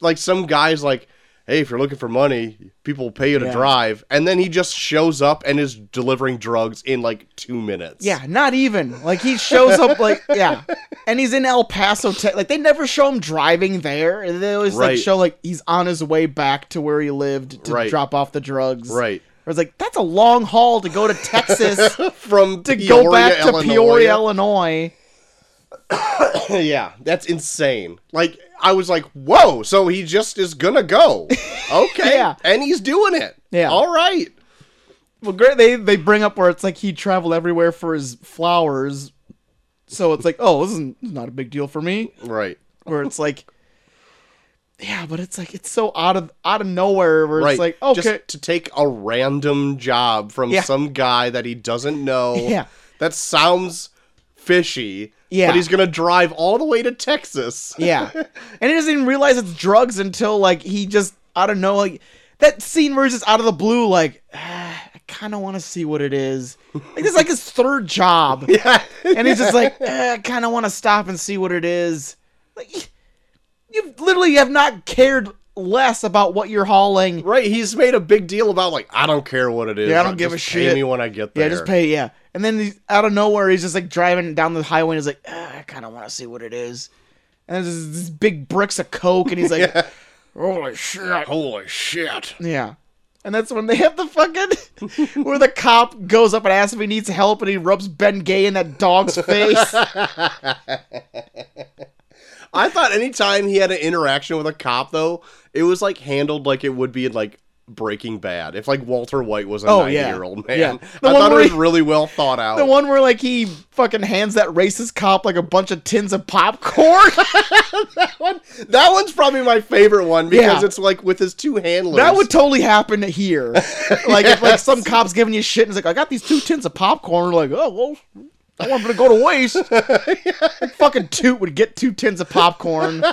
like some guys like, hey, if you're looking for money, people will pay you to
Yeah.
drive. And then he just shows up and is delivering drugs in like two minutes.
Yeah, not even. Like he shows up like yeah. And he's in El Paso, Te- like they never show him driving there. and They always like
Right.
show like he's on his way back to where he lived to
Right.
drop off the drugs.
Right.
I was like, that's a long haul to go to Texas
From
to go
Peoria,
back to
Illinois.
Peoria, Illinois.
yeah, that's insane. Like I was like, "Whoa!" So he just is gonna go, okay?
Yeah.
and he's doing it.
Yeah.
all right.
Well, great. They they bring up where it's like he traveled everywhere for his flowers, so it's like, oh, this is n- not a big deal for me.
Right,
Where it's like, yeah, but it's like it's so out of out of nowhere. Where
right.
it's like, okay,
just to take a random job from
Yeah.
some guy that he doesn't know.
Yeah.
that sounds fishy.
Yeah.
but he's gonna drive all the way to Texas.
yeah, and he doesn't even realize it's drugs until like he just out of nowhere. Like, that scene where he's just out of the blue, like, ah, I kind of want to see what it is. Like this is like his third job.
yeah,
and he's just like, eh, I kind of want to stop and see what it is. Like, you literally have not cared less about what you're hauling.
right. He's made a big deal about like, I don't care what it is.
Yeah, I don't give
just
a
pay
shit."
me when I get there.
Yeah, just pay. Yeah, and then he's, out of nowhere, he's just like driving down the highway and he's like, eh, I kind of want to see what it is. And there's these big bricks of coke, and he's like, yeah.
Holy shit! Holy shit!
And that's when they have the fucking where the cop goes up and asks if he needs help, and he rubs Ben Gay in that dog's face.
I thought anytime he had an interaction with a cop, though, it was like handled like it would be in like Breaking Bad. If like Walter White was a
Oh,
90
yeah.
year old man,
Yeah. The
I
one
thought it
where
was
he-
really well thought out.
The one where like he fucking hands that racist cop like a bunch of tins of popcorn.
One- that one's probably my favorite one because
Yeah.
it's like with his two handlers.
That would totally happen here. Like if like some cops giving you shit and it's like, I got these two tins of popcorn, like, oh well, I want them to go to waste. Like, fucking toot would get two tins of popcorn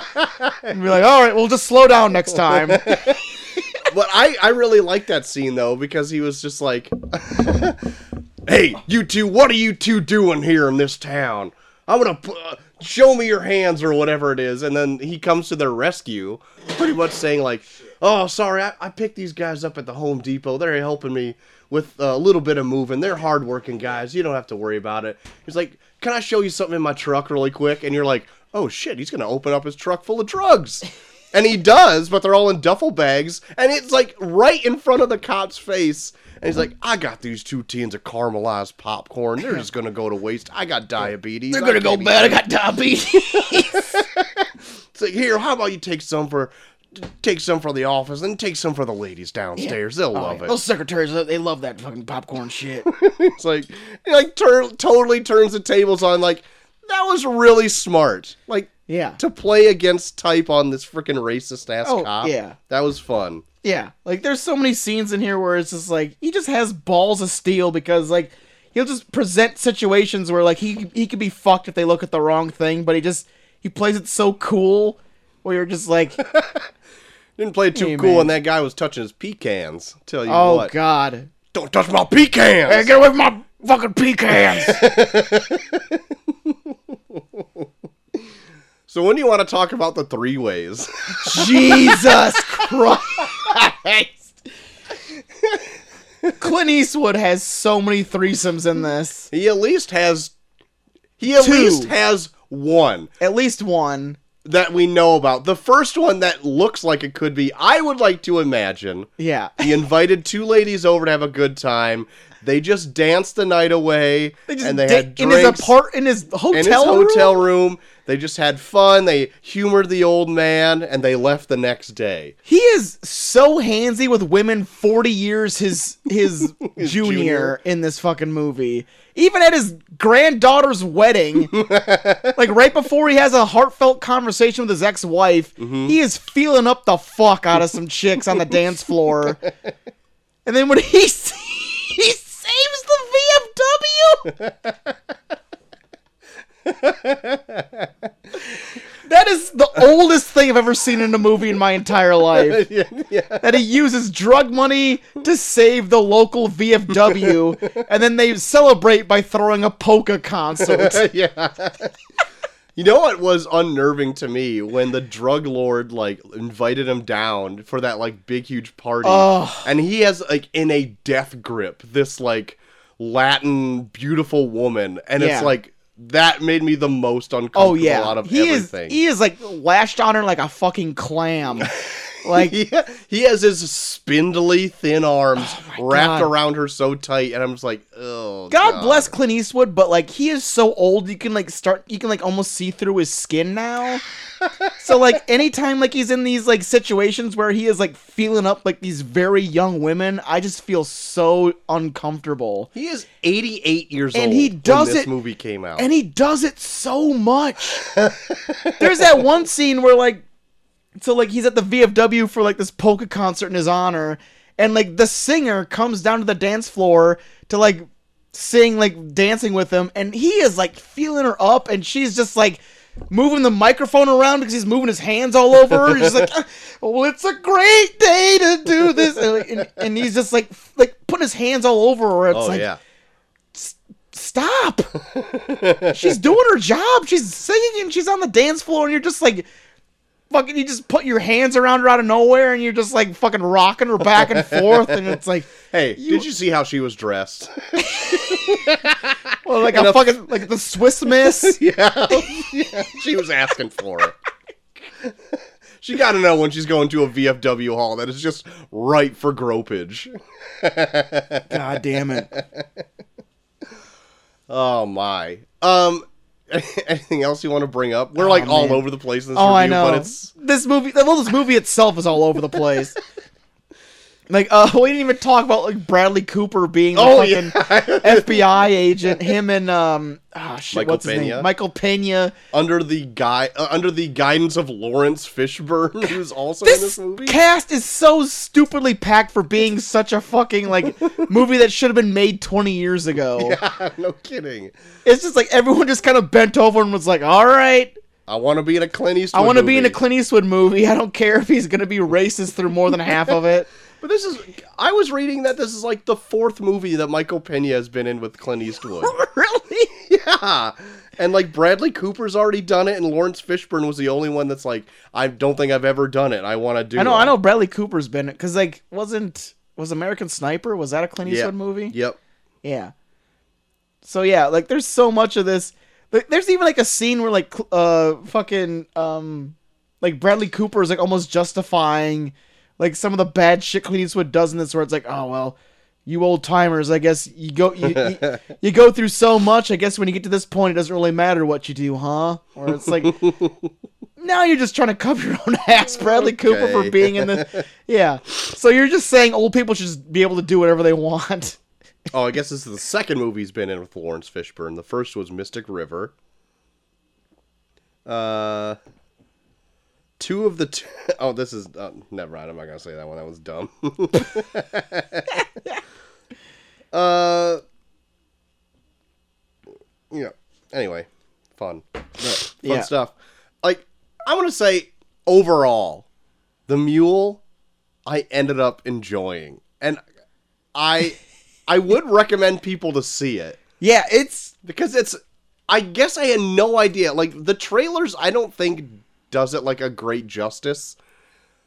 and be like, all right, we'll just slow down next time.
but I I really like that scene though because he was just like, "Hey, you two, what are you two doing here in this town? I'm gonna pu- uh, show me your hands or whatever it is." And then he comes to their rescue, pretty much saying like, "Oh, sorry, I, I picked these guys up at the Home Depot. They're helping me with a little bit of moving. They're hardworking guys. You don't have to worry about it." He's like, "Can I show you something in my truck really quick?" And you're like, "Oh shit, he's gonna open up his truck full of drugs." And he does, but they're all in duffel bags, and it's like right in front of the cop's face. And he's like, "I got these two tins of caramelized popcorn. They're just gonna go to waste. I got diabetes. They're gonna go bad. I got diabetes." it's like, here, how about you take some for, take some for the office, and take some for the ladies downstairs. They'll love it.
Those secretaries, they love that fucking popcorn shit.
It's like, it like tur- totally turns the tables on. Like, that was really smart. Like,
Yeah.
to play against type on this freaking racist ass
Oh,
cop.
yeah.
that was fun.
Yeah, like there's so many scenes in here where it's just like he just has balls of steel because like he'll just present situations where like he he could be fucked if they look at the wrong thing, but he just he plays it so cool where you're just like,
Didn't play it too
Hey,
cool,
man.
and that guy was touching his pecans. Tell you
oh
what,
god,
don't touch my pecans.
hey, get away from my fucking pecans.
so when do you want to talk about the three ways?
Jesus Christ. Clint Eastwood has so many threesomes in this.
he at least has, he at
Two.
least has one
At least one.
that we know about. The first one that looks like it could be, I would like to imagine.
Yeah.
He invited two ladies over to have a good time. They just danced the night away, and they
di-
had
in
drinks
his apart in his hotel
in his
room?
hotel room. They just had fun. They humored the old man, and they left the next day.
He is so handsy with women 40 years his his, junior,
junior.
in this fucking movie. Even at his granddaughter's wedding, like right before he has a heartfelt conversation with his ex-wife, he is feeling up the fuck out of some chicks on the dance floor. And then when he s- he saves the VFW That is the oldest thing I've ever seen in a movie in my entire life
yeah, yeah.
that he uses drug money to save the local VFW, and then they celebrate by throwing a polka concert.
yeah. You know what was unnerving to me when the drug lord like invited him down for that like big huge party,
Ugh.
and he has like in a death grip this like Latin beautiful woman, and
Yeah.
it's like that made me the most uncomfortable
Oh yeah,
out of
he
everything.
is e-, he is like lashed on her like a fucking clam, like
yeah, he has his spindly thin arms wrapped
Oh God.
around her so tight, and I'm just like, oh.
God bless Clint Eastwood, but like he is so old, you can like start, you can like almost see through his skin now. so like anytime like he's in these like situations where he is like feeling up like these very young women, I just feel so uncomfortable.
He is 88 years
And
old.
he does
when this
it-
movie came out.
and he does it so much. There's that one scene where like so like he's at the VFW for like this polka concert in his honor and like the singer comes down to the dance floor to like sing like dancing with him and he is like feeling her up and she's just like moving the microphone around because he's moving his hands all over her. She's like, "Ah, "Well, it's a great day to do this," and, like, and, and he's just like, f- like putting his hands all over her. It's
oh
like,
yeah.
stop. she's doing her job. She's singing and she's on the dance floor, and you're just like, fucking, you just put your hands around her out of nowhere, and you're just like fucking rocking her back and forth, and it's like,
Hey,
You-
did you see how she was dressed?
well, like a fucking like the Swiss Miss.
yeah. yeah. She was asking for it. She got to know when she's going to a VFW hall that is just ripe for gropage.
God damn it.
Oh my. Um anything else you want to bring up? We're like
Oh,
all
man.
over the place in this
Oh,
review,
I know.
but it's
This movie, well, this movie itself is all over the place. Like, uh, we didn't even talk about like Bradley Cooper being the
Oh,
fucking
yeah.
FBI agent. Him and um, ah, shit,
Michael
what's his
Peña.
name? Michael Pena.
under the guy uh, under the guidance of Lawrence Fishburne, who's also in this
this
movie.
cast is so stupidly packed for being such a fucking like movie that should have been made 20 years ago.
no kidding.
It's just like everyone just kind of bent over and was like, "All right,
I want to be in a Clint Eastwood.
I want to be in a
movie.
Clint Eastwood movie. I don't care if he's going to be racist through more than half of it."
But this is. I was reading that this is like the fourth movie that Michael Pena has been in with Clint Eastwood.
really?
yeah. And like Bradley Cooper's already done it, and Lawrence Fishburne was the only one that's like, I don't think I've ever done it. I want to do.
I know,
it.
I know Bradley Cooper's been it cuz like wasn't was American Sniper was that a Clint
Yeah.
Eastwood movie?
Yep.
Yeah. So yeah, like there's so much of this. Like, there's even like a scene where like cl- uh fucking um like Bradley Cooper is like almost justifying like some of the bad shit Clint Eastwood does in this, where it's like, oh well, you old timers, I guess you go you, you, you go through so much. I guess when you get to this point, it doesn't really matter what you do, huh? Or it's like. Now you're just trying to cover your own ass, Bradley Cooper, for
Okay.
being in the, yeah. So you're just saying old people should just be able to do whatever they want.
Oh, I guess this is the second movie he's been in with Lawrence Fishburne. The first was Mystic River. Uh, two of the t- oh this is uh, never mind i'm not gonna say that one that was dumb uh yeah anyway fun fun
Yeah.
stuff like i'm gonna say overall the mule i ended up enjoying and i i would recommend people to see it
Yeah, it's
because it's i guess i had no idea like the trailers i don't think does it like a great justice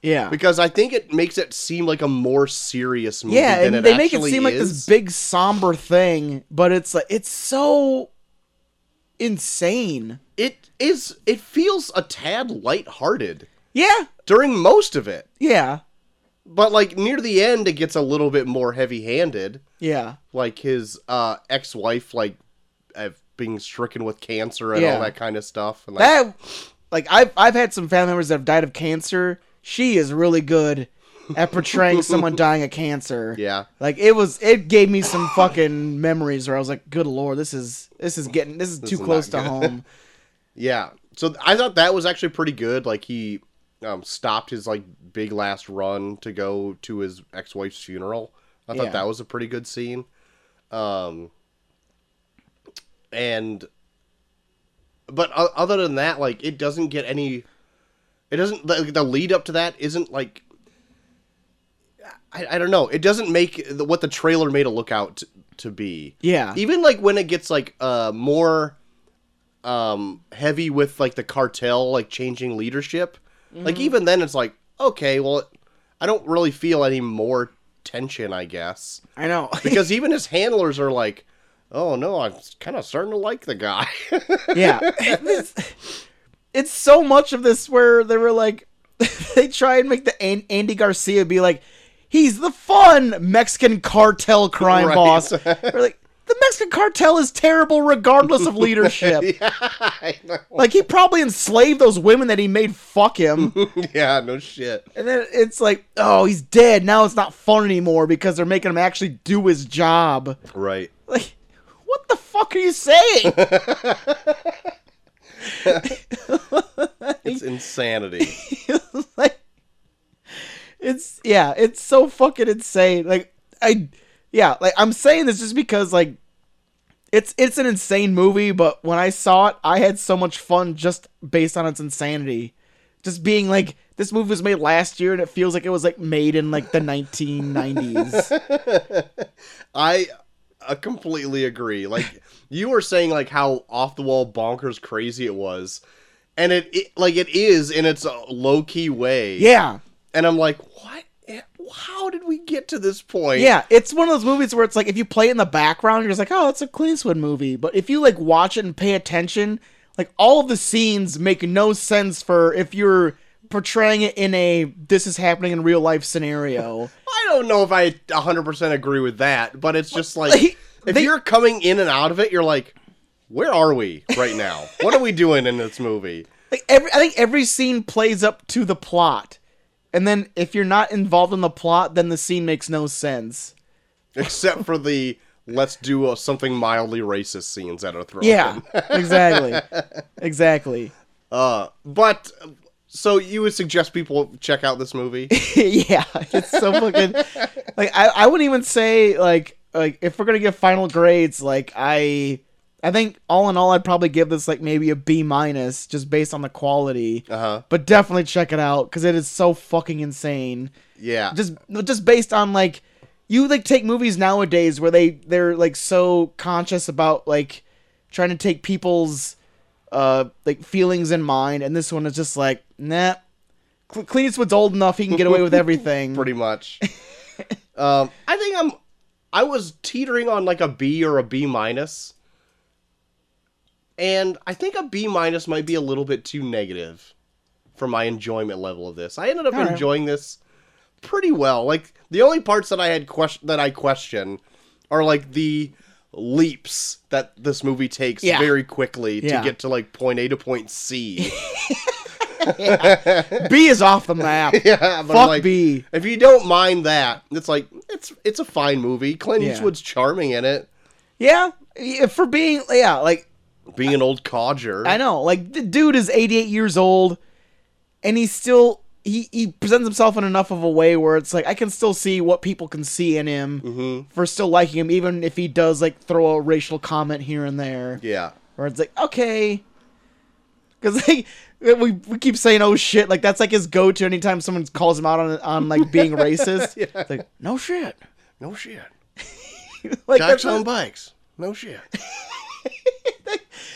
yeah.
because i think it makes it seem like a more serious movie
yeah,
than
and
it
they make it
actually
seem like this
is.
big somber thing, but it's like it's so insane.
it is it feels a tad lighthearted
Yeah.
during most of it
Yeah.
but like near the end it gets a little bit more heavy-handed
Yeah.
like his uh ex-wife like uh, being stricken with cancer and
Yeah.
all that kind of stuff and like
That like I've I've had some family members that have died of cancer. She is really good at portraying someone dying of cancer.
yeah
Like it was it gave me some fucking memories where I was like, good lord, this is this is getting this is too
is not
close to
good.
home.
Yeah. So th- I thought that was actually pretty good. Like he um, stopped his like big last run to go to his ex-wife's funeral. I thought
Yeah.
that was a pretty good scene. Um and but o- other than that like it doesn't get any it doesn't the, the lead up to that isn't like I, I don't know. It doesn't make the, what the trailer made it look out t- to be
Yeah.
even like when it gets like uh more um heavy with like the cartel like changing leadership like even then it's like okay well i don't really feel any more tension i guess
I know.
because even his handlers are like oh no i'm kind of starting to like the guy
yeah. This- it's so much of this where they were like, they try and make the An- Andy Garcia be like, he's the fun Mexican cartel crime
Right.
boss. We're like, the Mexican cartel is terrible regardless of leadership.
yeah, I know.
Like, he probably enslaved those women that he made fuck him.
yeah no shit
And then it's like, oh, he's dead. Now it's not fun anymore because they're making him actually do his job.
right
Like, what the fuck are you saying?
it's insanity
like it's yeah, it's so fucking insane. Like I yeah, like I'm saying this just because like it's it's an insane movie, but when I saw it, I had so much fun just based on its insanity. Just being like this movie was made last year and it feels like it was like made in like the 1990s.
I uh, completely agree. Like you were saying, like how off the wall bonkers crazy it was, and it, it like it is in its low key way.
yeah.
and I'm like, what? i- How did we get to this point?
Yeah, it's one of those movies where it's like if you play it in the background, you're just like, oh, it's a Clint Eastwood movie. But if you like watch it and pay attention, like all of the scenes make no sense for if you're portraying it in a this is happening in real life scenario.
I don't know if I 100 percent agree with that, but it's just like,
Like,
if
they-
you're coming in and out of it, you're like, where are we right now? what are we doing in this movie?
like every, I think every scene plays up to the plot, and then if you're not involved in the plot, then the scene makes no sense.
Except for the let's do uh something mildly racist scenes that are thrown. in.
Yeah, exactly, exactly.
Uh, but so you would suggest people check out this movie?
yeah, it's so fucking. like I, I wouldn't even say like like if we're gonna give final grades, like I, I think all in all, I'd probably give this like maybe a B minus just based on the quality.
Uh huh.
But definitely check it out because it is so fucking insane.
Yeah.
Just just based on like you like take movies nowadays where they they're like so conscious about like trying to take people's uh like feelings in mind, and this one is just like nah. Cl- Clint Eastwood's old enough; he can get away with everything.
pretty much. um, I think I'm. I was teetering on like a B or a B minus, and I think a B minus might be a little bit too negative for my enjoyment level of this. I ended up
Alright.
enjoying this pretty well. Like the only parts that I had question that I question are like the leaps that this movie takes
Yeah.
very quickly
Yeah.
to get to like point A to point C.
B is off the map.
yeah, but
Fuck
like,
B.
If you don't mind that, it's like it's it's a fine movie. Clint
Yeah.
Eastwood's charming in it,
Yeah, yeah, for being yeah, like
being an old codger.
I know, like the dude is 88 years old. and he's still he he presents himself in enough of a way where it's like I can still see what people can see in him
Mm-hmm.
for still liking him, even if he does like throw a racial comment here and there,
Yeah.
or it's like okay, because like we we keep saying oh shit, like that's like his go to anytime someone calls him out on on like being racist. It's like no shit,
No shit.
like
Jocks
that's
on bikes. No shit.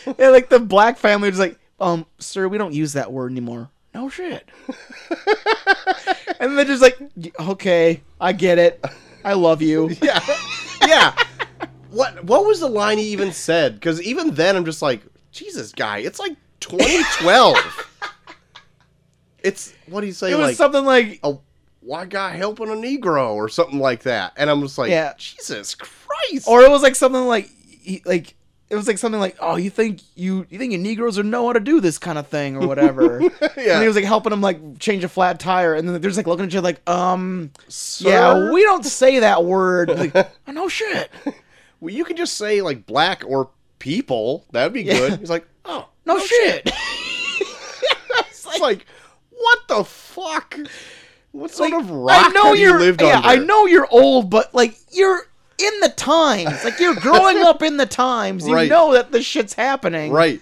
yeah, like the black family was like, um, sir, we don't use that word anymore. No shit. and they're just like, "Y- okay, I get it. I love you.
Yeah. yeah. What what was the line he even said? Because even then I'm just like, Jesus guy, it's like twenty twelve. it's what do you say
It was
like oh.
something like,
a white guy helping a Negro or something like that. And I'm just like,
Yeah.
Jesus Christ.
or it was like something like, y- like it was like something like, oh, you think you you think your Negroes would know how to do this kind of thing or whatever. And he
yeah.
was like helping him like change a flat tire, and then they're just like looking at you like, um,
Sir?
yeah, we don't say that word. Like, oh, no shit.
Well, you could just say like black or people. That'd be
Yeah.
good. He's like, oh,
No, shit.
it's like, what the fuck? What sort
Like,
of rock
I know
have
you're,
you lived
yeah,
under?
I know you're old, but like you're in the times. Like you're growing up in the times. You
Right.
know that this shit's happening.
Right.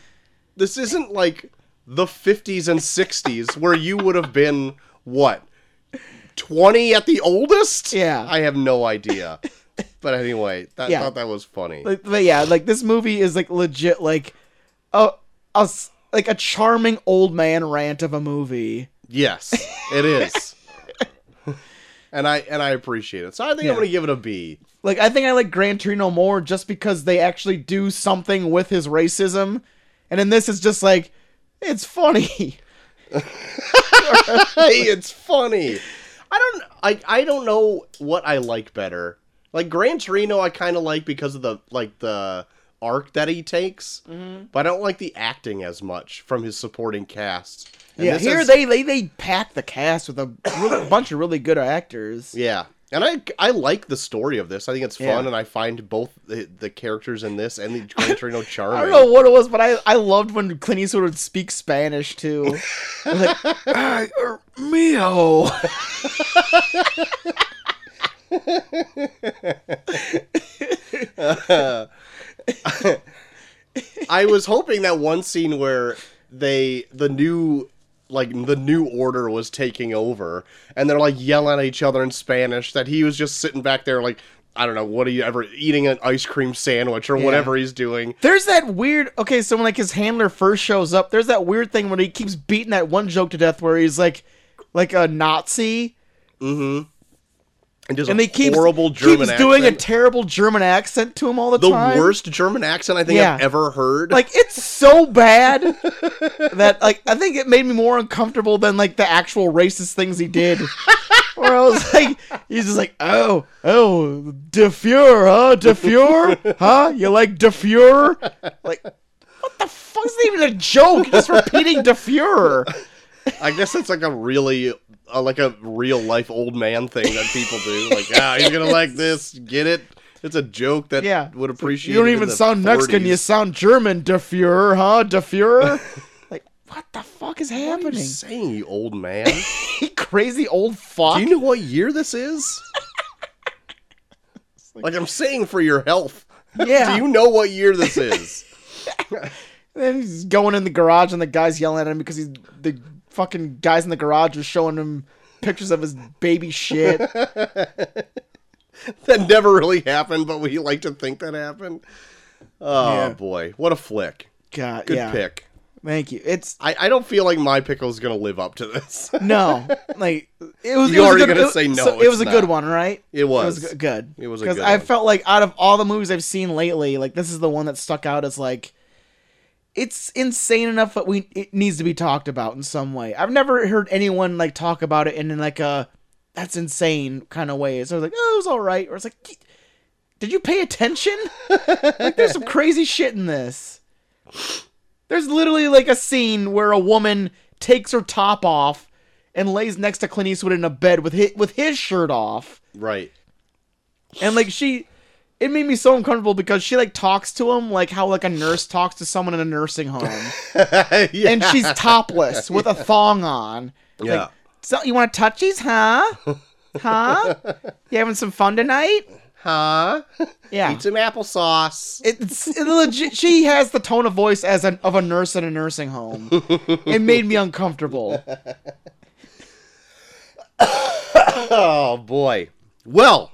This isn't like the 50s and 60s where you would have been what 20 at the oldest.
Yeah.
I have no idea. But anyway, that,
Yeah.
I thought that was funny.
Like, but yeah, like this movie is like legit like a, a s- like a charming old man rant of a movie.
Yes, it is. and I and I appreciate it. So I think
Yeah.
I'm gonna give it a B.
Like I think I like Gran Torino more just because they actually do something with his racism. And in this it's just like it's funny.
hey, it's funny. I don't I I don't know what I like better. Like Gran Torino I kind of like because of the like the arc that he takes,
Mm-hmm.
but I don't like the acting as much from his supporting cast. And
yeah,
this
here
is-
they, they they pack the cast with a really, bunch of really good actors.
Yeah. And I I like the story of this. I think it's fun
Yeah.
and I find both the, the characters in this and the Gran Torino charming.
I don't know what it was, but I, I loved when Clint Eastwood would speak Spanish too. like, "Ay, er, mío.
I was hoping that one scene where they the new like the new order was taking over and they're like yelling at each other in Spanish that he was just sitting back there like I don't know what are you ever eating an ice cream sandwich or
Yeah.
whatever he's doing.
There's that weird. Okay, so when like his handler first shows up, there's that weird thing when he keeps beating that one joke to death, where he's like, like a Nazi,
And just
and
a
they keeps
horrible
keeps
German
doing a
accent.
terrible German accent to him all the,
the
time.
worst German accent I think I've
Yeah.
ever heard.
Like it's so bad that like I think it made me more uncomfortable than like the actual racist things he did. Where I was like, he's just like, oh, oh, Defure, huh? Defure, huh? You like Defure? Like, what the fuck is even a joke? He's repeating Defure.
I guess that's like a really uh, like a real life old man thing that people do. Like, ah, you're gonna like this. Get it? It's a joke that
Yeah.
would appreciate.
You don't
it in
even
the
sound Mexican. You
40s.
sound German. Defure, huh? Defure. Like, what the fuck is
What are you
happening?
saying, you old man?
Crazy old fuck.
Do you know what year this is? like I'm saying for your health.
yeah.
Do you know what year this is?
Then he's going in the garage, and the guy's yelling at him because he's the fucking guys in the garage was showing him pictures of his baby shit.
that never really happened, but we like to think that happened. Oh
Yeah.
boy, what a flick!
God,
Good
yeah.
pick.
Thank you. It's
I, I don't feel like my pickle is gonna live up to this.
no, like it was. it was
You
a
already
good-
gonna
it-
say no,
so it was
it's
a good
not.
one, right?
It was.
It was g- good.
It was a
because
good
I
one.
felt like out of all the movies I've seen lately, like this is the one that stuck out as like it's insane enough that we it needs to be talked about in some way. I've never heard anyone like talk about it in like a that's insane kind of way. So I was like, oh, it was all right, or it's like, "Ye- did you pay attention? like, there's some crazy shit in this. There's literally like a scene where a woman takes her top off and lays next to Clint Eastwood in a bed with his, with his shirt off
Right.
and like she it made me so uncomfortable because she like talks to him like how like a nurse talks to someone in a nursing home,
yeah.
and she's topless with a thong on.
yeah.
So you want to touchies, huh? Huh? You having some fun tonight?
huh?
Yeah.
Eat some applesauce.
It's it legit. She has the tone of voice as an of a nurse in a nursing home. It made me uncomfortable.
Oh boy. Well,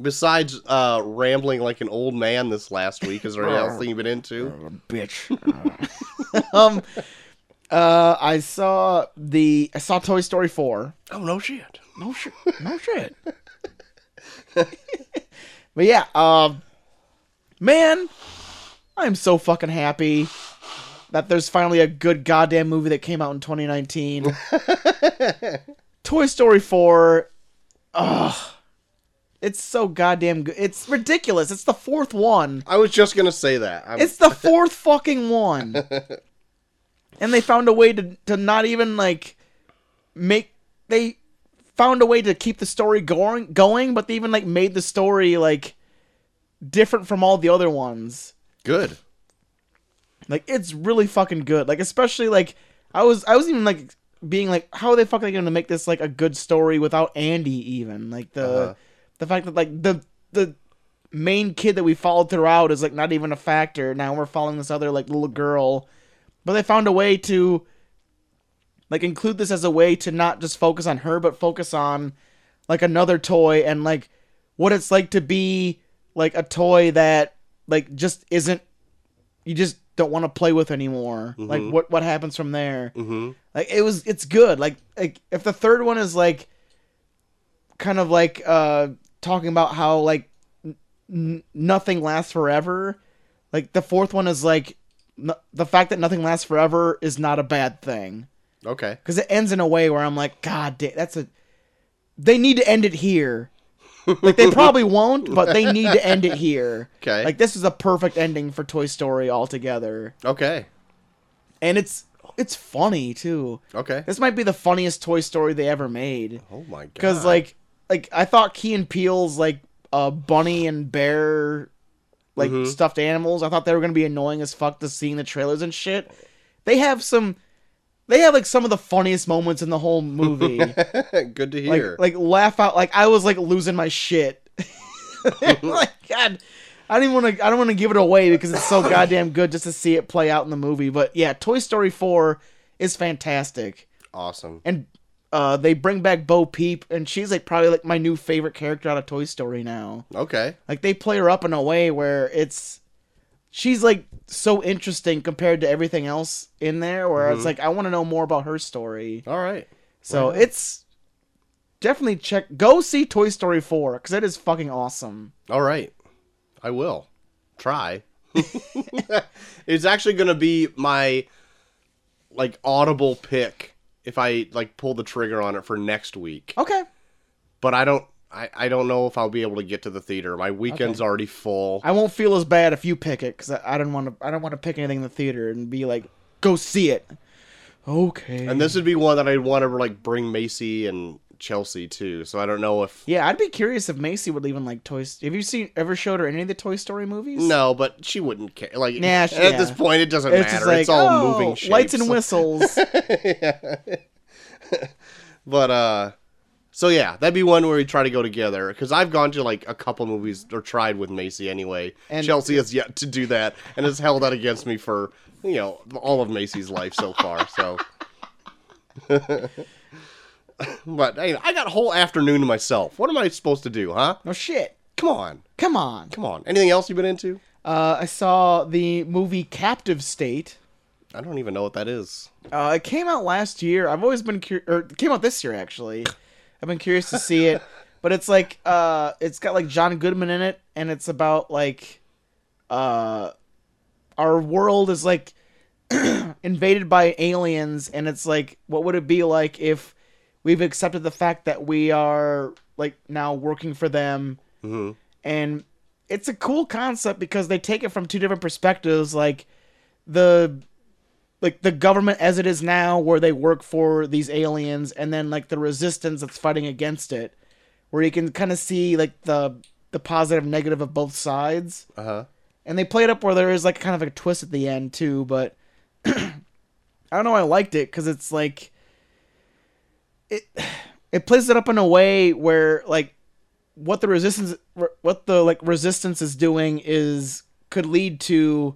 besides uh, rambling like an old man this last week, is there anything else you've been into?
bitch. um, uh, I saw the I saw Toy Story four.
Oh no shit.
No shit. No shit. but yeah, um, man, I'm so fucking happy that there's finally a good goddamn movie that came out in 2019. Toy Story four. Ugh. It's so goddamn good. It's ridiculous. It's the fourth one.
I was just gonna say that. I'm,
It's the fourth fucking one. And they found a way to, to not even like make they found a way to keep the story going going, but they even like made the story like different from all the other ones.
good.
Like it's really fucking good. Like especially like I was I was even like being like, how are they fucking gonna make this like a good story without Andy even? Like the
Uh-huh.
the fact that like the the main kid that we followed throughout is like not even a factor. Now we're following this other like little girl. But they found a way to like include this as a way to not just focus on her but focus on like another toy and like what it's like to be like a toy that like just isn't you just don't want to play with anymore. Like what what happens from there?
Mm-hmm.
Like it was it's good. Like like if the third one is like kind of like uh talking about how like n- nothing lasts forever, like the fourth one is like n- the fact that nothing lasts forever is not a bad thing
Okay.
because it ends in a way where I'm like, God, da- that's a. They need to end it here. Like they probably won't, but they need to end it here.
'Kay.
Like this is a perfect ending for Toy Story altogether,
Okay.
and it's it's funny too.
Okay.
This might be the funniest Toy Story they ever made
Oh my god.
because like like I thought Key and Peele's like uh, bunny and bear like stuffed animals. I thought they were gonna be annoying as fuck to seeing the trailers and shit. They have some. They have like some of the funniest moments in the whole movie.
good to
like
hear.
like laugh out like I was like losing my shit. like God, I didn't want to. I don't want to give it away because it's so goddamn good just to see it play out in the movie. But yeah, Toy Story Four is fantastic,
awesome.
and uh, they bring back Bo Peep, and she's like probably like my new favorite character out of Toy Story now.
Okay.
Like they play her up in a way where it's she's like so interesting compared to everything else in there. Where it's like I want to know more about her story.
All Mm-hmm. right.
So it's definitely check. Go see Toy Story 4 because it is fucking awesome.
All right. I will try. it's actually going to be my like audible pick if I like pull the trigger on it for next week.
Okay.
But I don't I, I don't know if I'll be able to get to the theater. My weekend's already full.
I won't feel as bad if you pick it because I, I don't want to. I don't want to pick anything in the theater and be like, go see it. Okay.
and this would be one that I'd want to like bring Macy and Chelsea to. So I don't know if
yeah, I'd be curious if Macy would even like Toy. Have you seen ever showed her any of the Toy Story movies?
no, but she wouldn't care. Like
Nah,
at
she-
this
yeah.
point, it doesn't
It's
matter.
just like
it's all
oh,
moving shapes.
lights and whistles.
But uh so yeah, that'd be one where we try to go together because I've gone to like a couple movies or tried with Macy anyway.
And-
Chelsea has yet to do that and has held that against me for you know all of Macy's life so far. So, but hey, I got a whole afternoon to myself. What am I supposed to do, huh?
no shit.
Come on,
Come on.
come on. Anything else you've been into?
Uh, I saw the movie Captive State.
I don't even know what that is.
Uh, it came out last year. I've always been curious, or it came out this year actually. I've been curious to see it, but it's like uh, it's got like John Goodman in it, and it's about like, uh, our world is like invaded by aliens, and it's like what would it be like if we've accepted the fact that we are like now working for them,
Mhm.
and it's a cool concept because they take it from two different perspectives, like the like the government as it is now where they work for these aliens and then like the resistance that's fighting against it where you can kind of see like the the positive and negative of both sides.
Uh huh.
And they played up where there is like kind of a twist at the end too, but I don't know. I liked it because it's like it it plays it up in a way where like what the resistance what the like resistance is doing is could lead to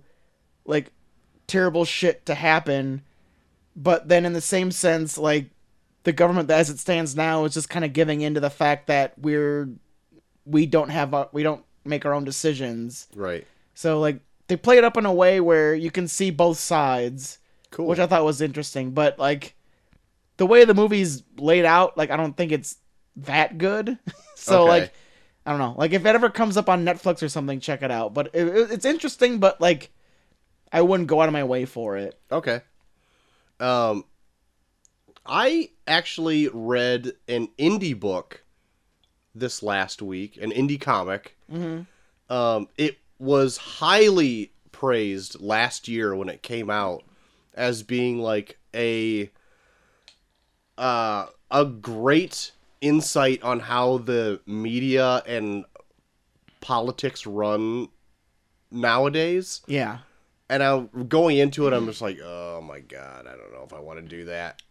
like terrible shit to happen, but then in the same sense like the government as it stands now is just kind of giving into the fact that we're we don't have our, we don't make our own decisions.
Right.
So like they play it up in a way where you can see both sides
Cool.
which I thought was interesting. But like the way the movie's laid out, like I don't think it's that good. so
Okay.
like I don't know. Like if it ever comes up on Netflix or something, check it out. But it, it- it's interesting, but like I wouldn't go out of my way for it.
Okay. Um, I actually read an indie book this last week, an indie comic.
Mm-hmm.
Um, it was highly praised last year when it came out as being like a uh, a great insight on how the media and politics run nowadays
Yeah.
and I'm going into it. I'm just like, oh my god, I don't know if I want to do that.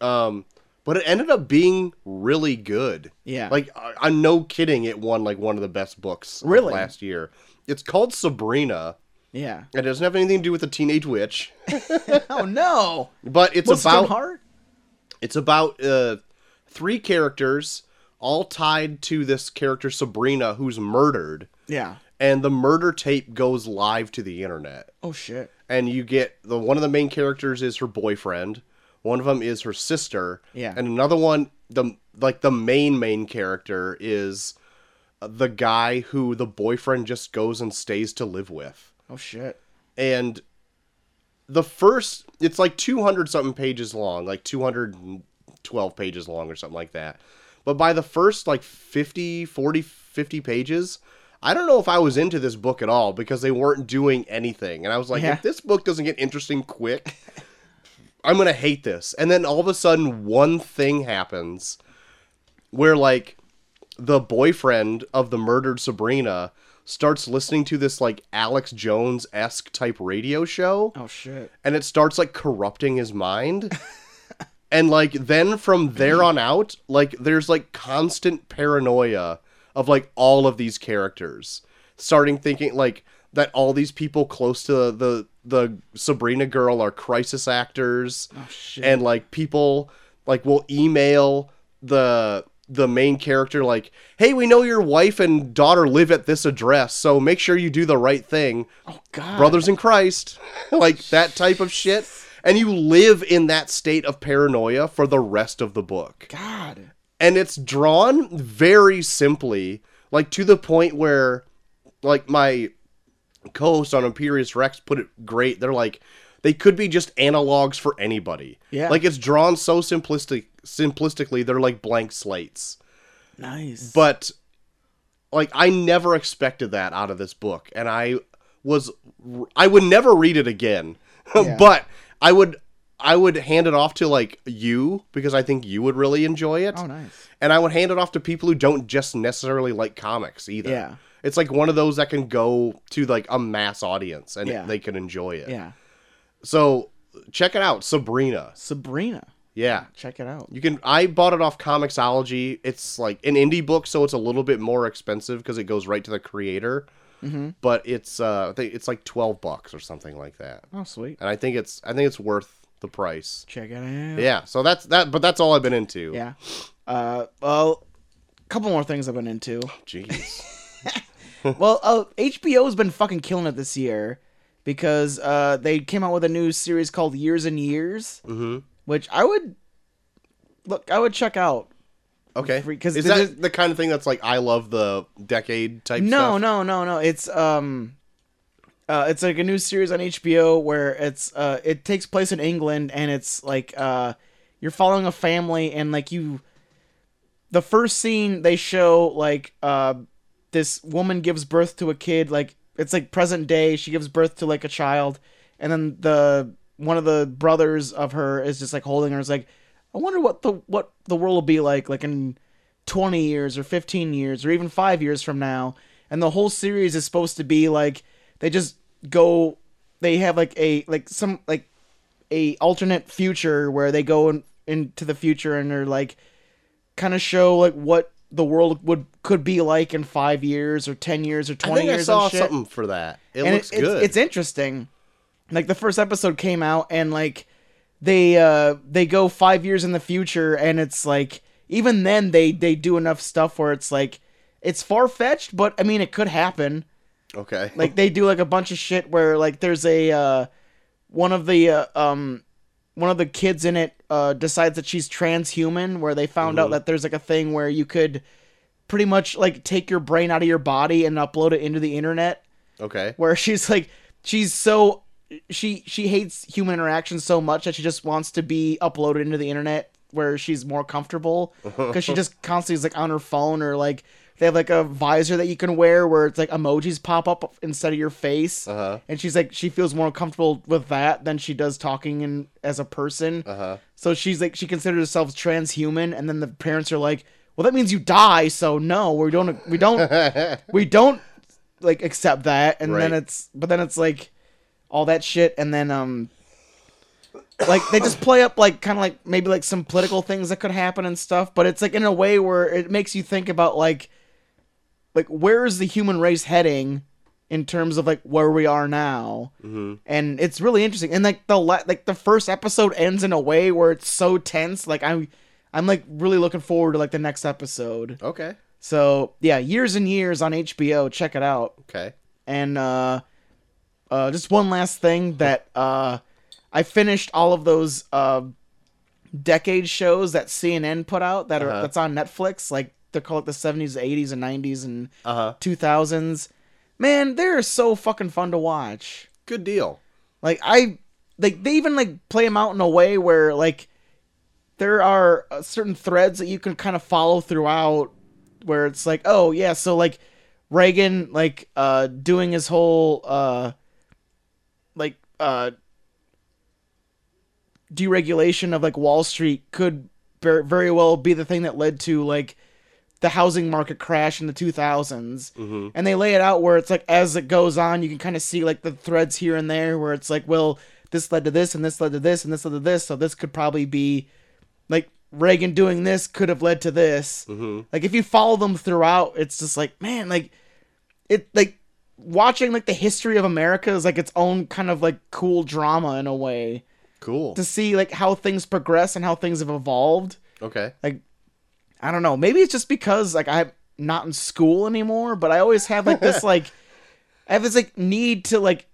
Um, but it ended up being really good.
Yeah.
Like I, I'm no kidding. It won like one of the best books of
Really?
last year. It's called Sabrina.
Yeah.
It doesn't have anything to do with the teenage witch,
oh no.
but it's
What's
about
heart?
it's about uh, three characters all tied to this character Sabrina who's murdered,
Yeah.
and the murder tape goes live to the internet.
Oh shit.
and you get the one of the main characters is her boyfriend one of them is her sister
Yeah.
and another one the like the main main character is the guy who the boyfriend just goes and stays to live with
Oh shit.
and the first it's like 200 something pages long like 212 pages long or something like that but by the first like 50 40 50 pages i don't know if i was into this book at all because they weren't doing anything and i was like
Yeah.
if this book doesn't get interesting quick i'm gonna hate this and then all of a sudden one thing happens where like the boyfriend of the murdered Sabrina starts listening to this like Alex Jones esque type radio show
Oh shit.
and it starts like corrupting his mind. and like then from there on out, like there's like constant paranoia of like all of these characters starting thinking like that all these people close to the the Sabrina girl are crisis actors
Oh shit.
and like people like will email the the main character like hey we know your wife and daughter live at this address so make sure you do the right thing
oh god.
brothers in christ like that type of shit and you live in that state of paranoia for the rest of the book
God.
and it's drawn very simply like to the point where like my co-host on imperious rex put it great they're like they could be just analogs for anybody
Yeah.
like it's drawn so simplistic simplistically they're like blank slates
Nice.
but like i never expected that out of this book and i was i would never read it again
Yeah.
but i would i would hand it off to like you because i think you would really enjoy it
oh nice.
and I would hand it off to people who don't just necessarily like comics either.
Yeah.
It's like one of those that can go to like a mass audience and
Yeah.
they can enjoy it.
Yeah.
So check it out, Sabrina.
Sabrina.
Yeah.
Check it out.
You can I bought it off Comixology. It's like an indie book, so it's a little bit more expensive because it goes right to the creator.
Mhm.
But it's uh I think it's like 12 bucks or something like that.
Oh sweet.
And I think it's I think it's worth the price.
Check it out.
Yeah. So that's that but that's all I've been into.
Yeah. Uh, well, a couple more things I've been into.
Jeez.
well, uh, HBO's been fucking killing it this year because uh, they came out with a new series called Years and Years,
mhm.
which I would look, I would check out.
Okay.
Free- 'cause
is
the-
that the kind of thing that's like I love the decade type
no,
stuff?
no, no, no. It's um, uh, it's like a new series on HBO where it's uh, it takes place in England and it's like uh, you're following a family and like you. The first scene they show like uh, this woman gives birth to a kid. Like it's like present day. She gives birth to like a child, and then the one of the brothers of her is just like holding her. Is like, I wonder what the what the world will be like like in 20 years or 15 years or even 5 years from now and the whole series is supposed to be like they just go they have like a like some like a alternate future where they go in, into the future and are like kind of show like what the world would could be like in 5 years or 10 years or 20
I think I
years
saw
and shit
something for that. It
and
looks
it's,
good.
It's, it's interesting. Like the first episode came out, and like they uh they go five years in the future, and it's like even then they they do enough stuff where it's like it's far fetched, but I mean it could happen.
okay.
Like they do like a bunch of shit where like there's a uh one of the uh, um one of the kids in it uh decides that she's transhuman, where they found
Mm-hmm.
out that there's like a thing where you could pretty much like take your brain out of your body and upload it into the internet
okay.
where she's like she's so she she hates human interaction so much that she just wants to be uploaded into the internet where she's more comfortable because she just constantly is like on her phone or like they have like a visor that you can wear where it's like emojis pop up instead of your face
Uh-huh.
and she's like she feels more comfortable with that than she does talking in as a person
Uh-huh.
so she's like she considers herself transhuman and then the parents are like well that means you die so no we don't we don't we don't like accept that and then
Right.
it's but then it's like all that shit and then um like they just play up like kind of like maybe like some political things that could happen and stuff but it's like in a way where it makes you think about like like where is the human race heading in terms of like where we are now and it's really interesting and like the la- like the first episode ends in a way where it's so tense like i'm i'm like really looking forward to like the next episode
okay.
so yeah, years and years on HBO. Check it out.
Okay.
And uh, uh, just one last thing that uh, I finished all of those uh, decade shows that CNN put out that are
Uh-huh.
that's on Netflix. Like they're called the seventies, eighties, and nineties, and
Uh-huh.
two thousands. Man, they're so fucking fun to watch.
Good deal.
Like I like they even like play them out in a way where like there are uh, certain threads that you can kind of follow throughout where it's like oh yeah so like Reagan like uh doing his whole uh like uh deregulation of like Wall Street could ver- very well be the thing that led to like the housing market crash in the 2000s
Mhm.
and they lay it out where it's like as it goes on you can kind of see like the threads here and there where it's like well this led to this and this led to this and this led to this so this could probably be like reagan doing this could have led to this
Mhm.
like if you follow them throughout it's just like man like it like watching like the history of america is like its own kind of like cool drama in a way
Cool.
to see like how things progress and how things have evolved
Okay.
I don't know. Maybe it's just because like I'm not in school anymore, but I always have like this like I have this like need to like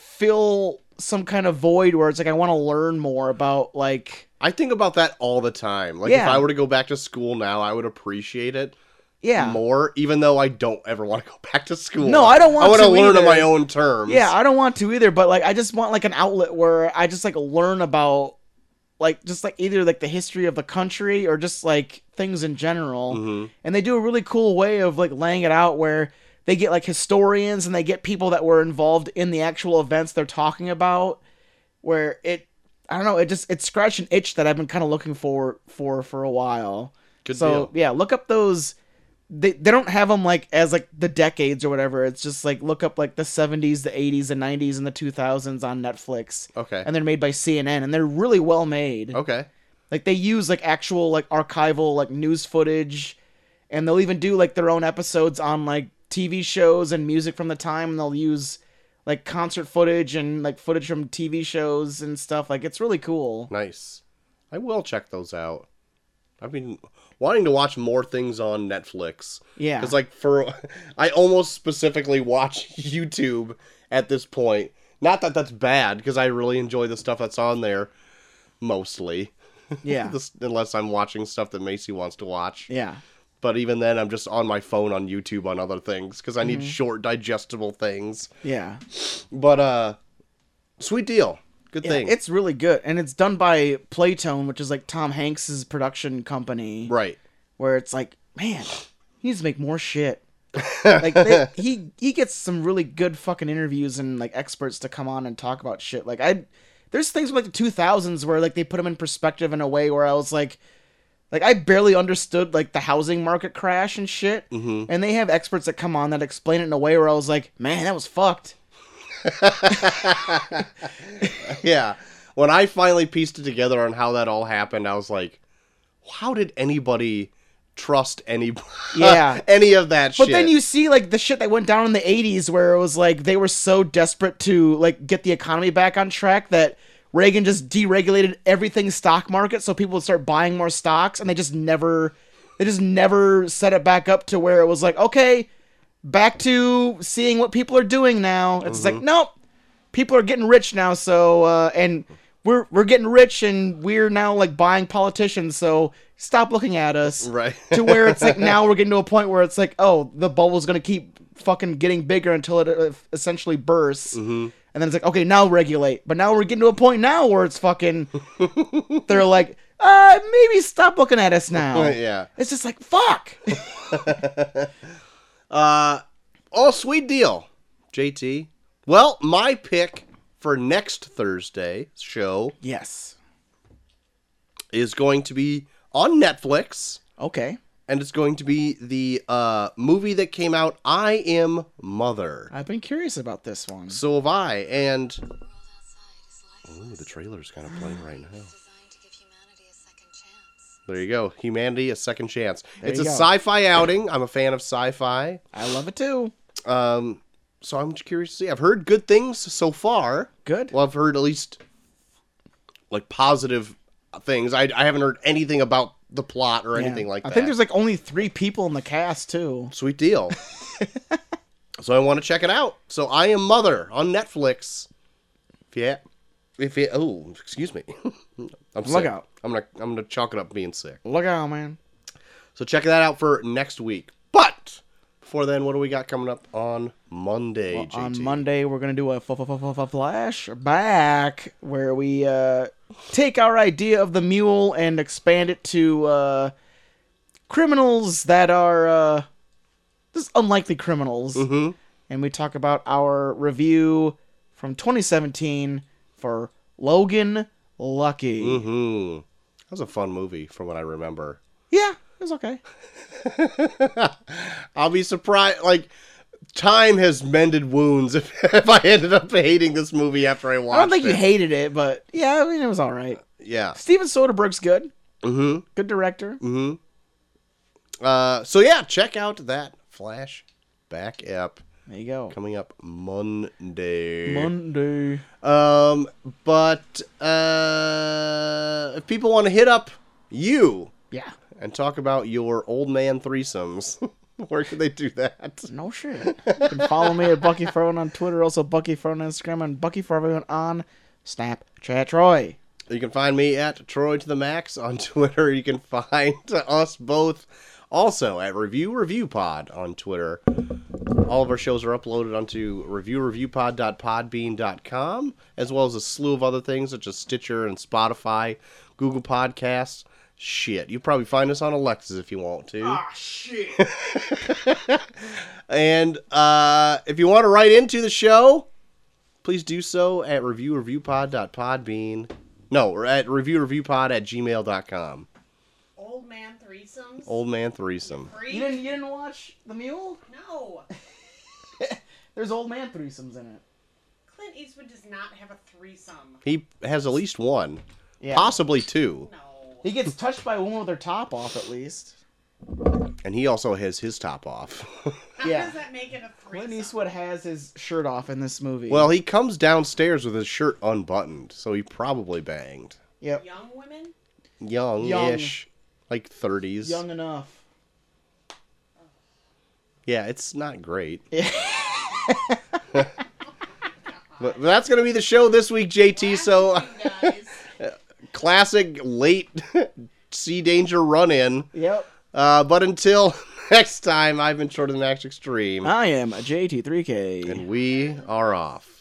fill some kind of void where it's like I want to learn more about like
I think about that all the time. Like if
Yeah.
I were to go back to school now, I would appreciate it
yeah.
more, even though I don't ever want to go back to school.
No, I don't want
I want to
to
learn on
either.
my own terms.
Yeah, I don't want to either, but like I just want like an outlet where I just like learn about like just like either like the history of the country or just like things in general.
hmm
and they do a really cool way of like laying it out where they get like historians and they get people that were involved in the actual events they're talking about where it i don't know it just it scratched an itch that i've been kind of looking for for for a while
Good
so
deal.
yeah look up those they, they don't have them like as like the decades or whatever it's just like look up like the 70s the 80s and 90s and the 2000s on netflix
Okay.
and they're made by cnn and they're really well made
okay.
like they use like actual like archival like news footage, and they'll even do like their own episodes on like TV shows and music from the time. And they'll use like concert footage and like footage from TV shows and stuff. Like it's really cool.
Nice. I will check those out. I've been wanting to watch more things on Netflix.
Yeah.
Because like for I almost specifically watch YouTube at this point. Not that that's bad because I really enjoy the stuff that's on there mostly.
yeah.
This- unless I'm watching stuff that Macy wants to watch.
Yeah.
But even then I'm just on my phone on YouTube on other things cuz I need
Mm-hmm.
short digestible things.
Yeah.
But uh sweet deal. Good
Yeah,
thing.
It's really good, and it's done by Playtone, which is like Tom Hanks's production company.
right.
Where it's like, man, he needs to make more shit. like they, he he gets some really good fucking interviews and like experts to come on and talk about shit. Like I, there's things from like the 2000s where like they put them in perspective in a way where I was like, Like I barely understood like the housing market crash and shit. Mm-hmm. And they have experts that come on that explain it in a way where I was like, man, that was fucked.
yeah. When I finally pieced it together on how that all happened, I was like, how did anybody trust any
Yeah.
any of that
But
shit?
then you see like the shit that went down in the 80s where it was like they were so desperate to like get the economy back on track that Reagan just deregulated everything stock market so people would start buying more stocks and they just never they just never set it back up to where it was like okay back to seeing what people are doing now. It's just
Mm-hmm.
like nope. People are getting rich now so uh and we're we're getting rich and we're now like buying politicians so stop looking at us
Right.
to where it's like now we're getting to a point where it's like, oh, the bubble's gonna keep fucking getting bigger until it uh, essentially bursts,
Mm-hmm.
and then it's like, okay, now regulate. But now we're getting to a point now where it's fucking. they're like, uh, maybe stop looking at us now.
yeah.
It's just like fuck.
Oh, sweet deal, JT. Well, my pick for next Thursday show
yes.
is going to be on Netflix,
Okay.
and it's going to be the uh, movie that came out, I Am Mother.
I've been curious about this one.
So have I, and ooh, the trailer's kind of playing right now.
designed to give humanity a second chance.
There you go, Humanity: A Second Chance. it's a
you go.
sci-fi outing. I'm a fan of sci-fi,
I love it too.
um, so I'm just curious to see. I've heard good things so far.
Good.
Well, I've heard at least like positive things. I, I haven't heard anything about the plot or
Yeah.
anything like that.
I think there's like only three people in the cast too.
sweet deal. so I want to check it out. So I am Mother on Netflix. If you, if you, oh, excuse me. I'm sick.
out.
I'm gonna I'm gonna chalk it up being sick.
Look out, man.
So check that out for next week. But before then, what do we got coming up on Monday? JT?
On Monday, we're gonna do a f- f- f- f- flashback where we uh, take our idea of the mule and expand it to uh, criminals that are uh, just unlikely criminals, mm-hmm. and we talk about our review from 2017 for Logan Lucky.
Hmm. That was a fun movie from what I remember.
Yeah, it was okay.
I'll be surprised. Like, time has mended wounds. If, if I ended up hating this movie after I watched
I don't think
it,
you hated it, but yeah, I mean it was all right.
yeah.
Steven Soderbergh's good. Mm-hmm. Good director.
Uh, so yeah, check out that flashback app
There you go.
coming up Monday.
Monday.
um, but uh, if people want to hit up you
Yeah.
and talk about your old man threesomes, where can they do that?
No shit. You can follow me at Bucky Furlong on Twitter, also Bucky Furlong on Instagram, and Bucky for everyone on Snapchat. Troy.
You can find me at Troy to the Max on Twitter. You can find us both also at Review Review Pod on Twitter. All of our shows are uploaded onto reviewreviewpod.podbean.com, as well as a slew of other things such as Stitcher and Spotify, Google Podcasts. Shit, you probably find us on Alexis if you want to. And uh, if you want to write into the show, please do so at reviewreviewpod.podbean. No, or at reviewreviewpod at gmail.com.
Old man threesomes?
Old man threesome.
Free?
You didn't you didn't watch The Mule?
No.
There's old man threesomes in it.
Clint Eastwood does not have a threesome.
He has at least one,
Yeah.
possibly two.
No.
He gets touched by a woman with her top off at least.
And he also has his top off.
How
Yeah.
does that make it a threesome?
Clint Eastwood has his shirt off in this movie.
well, he comes downstairs with his shirt unbuttoned, so he probably banged.
yep.
Young women?
Young ish. Like 30s.
Young enough.
Yeah, it's not great. But but that's going to be the show this week, JT. So,
You guys.
classic late sea danger run in.
Yep.
Uh, but until
Ah.
next time, I've been Short of the Max Extreme,
I am a JT3K.
and we are off.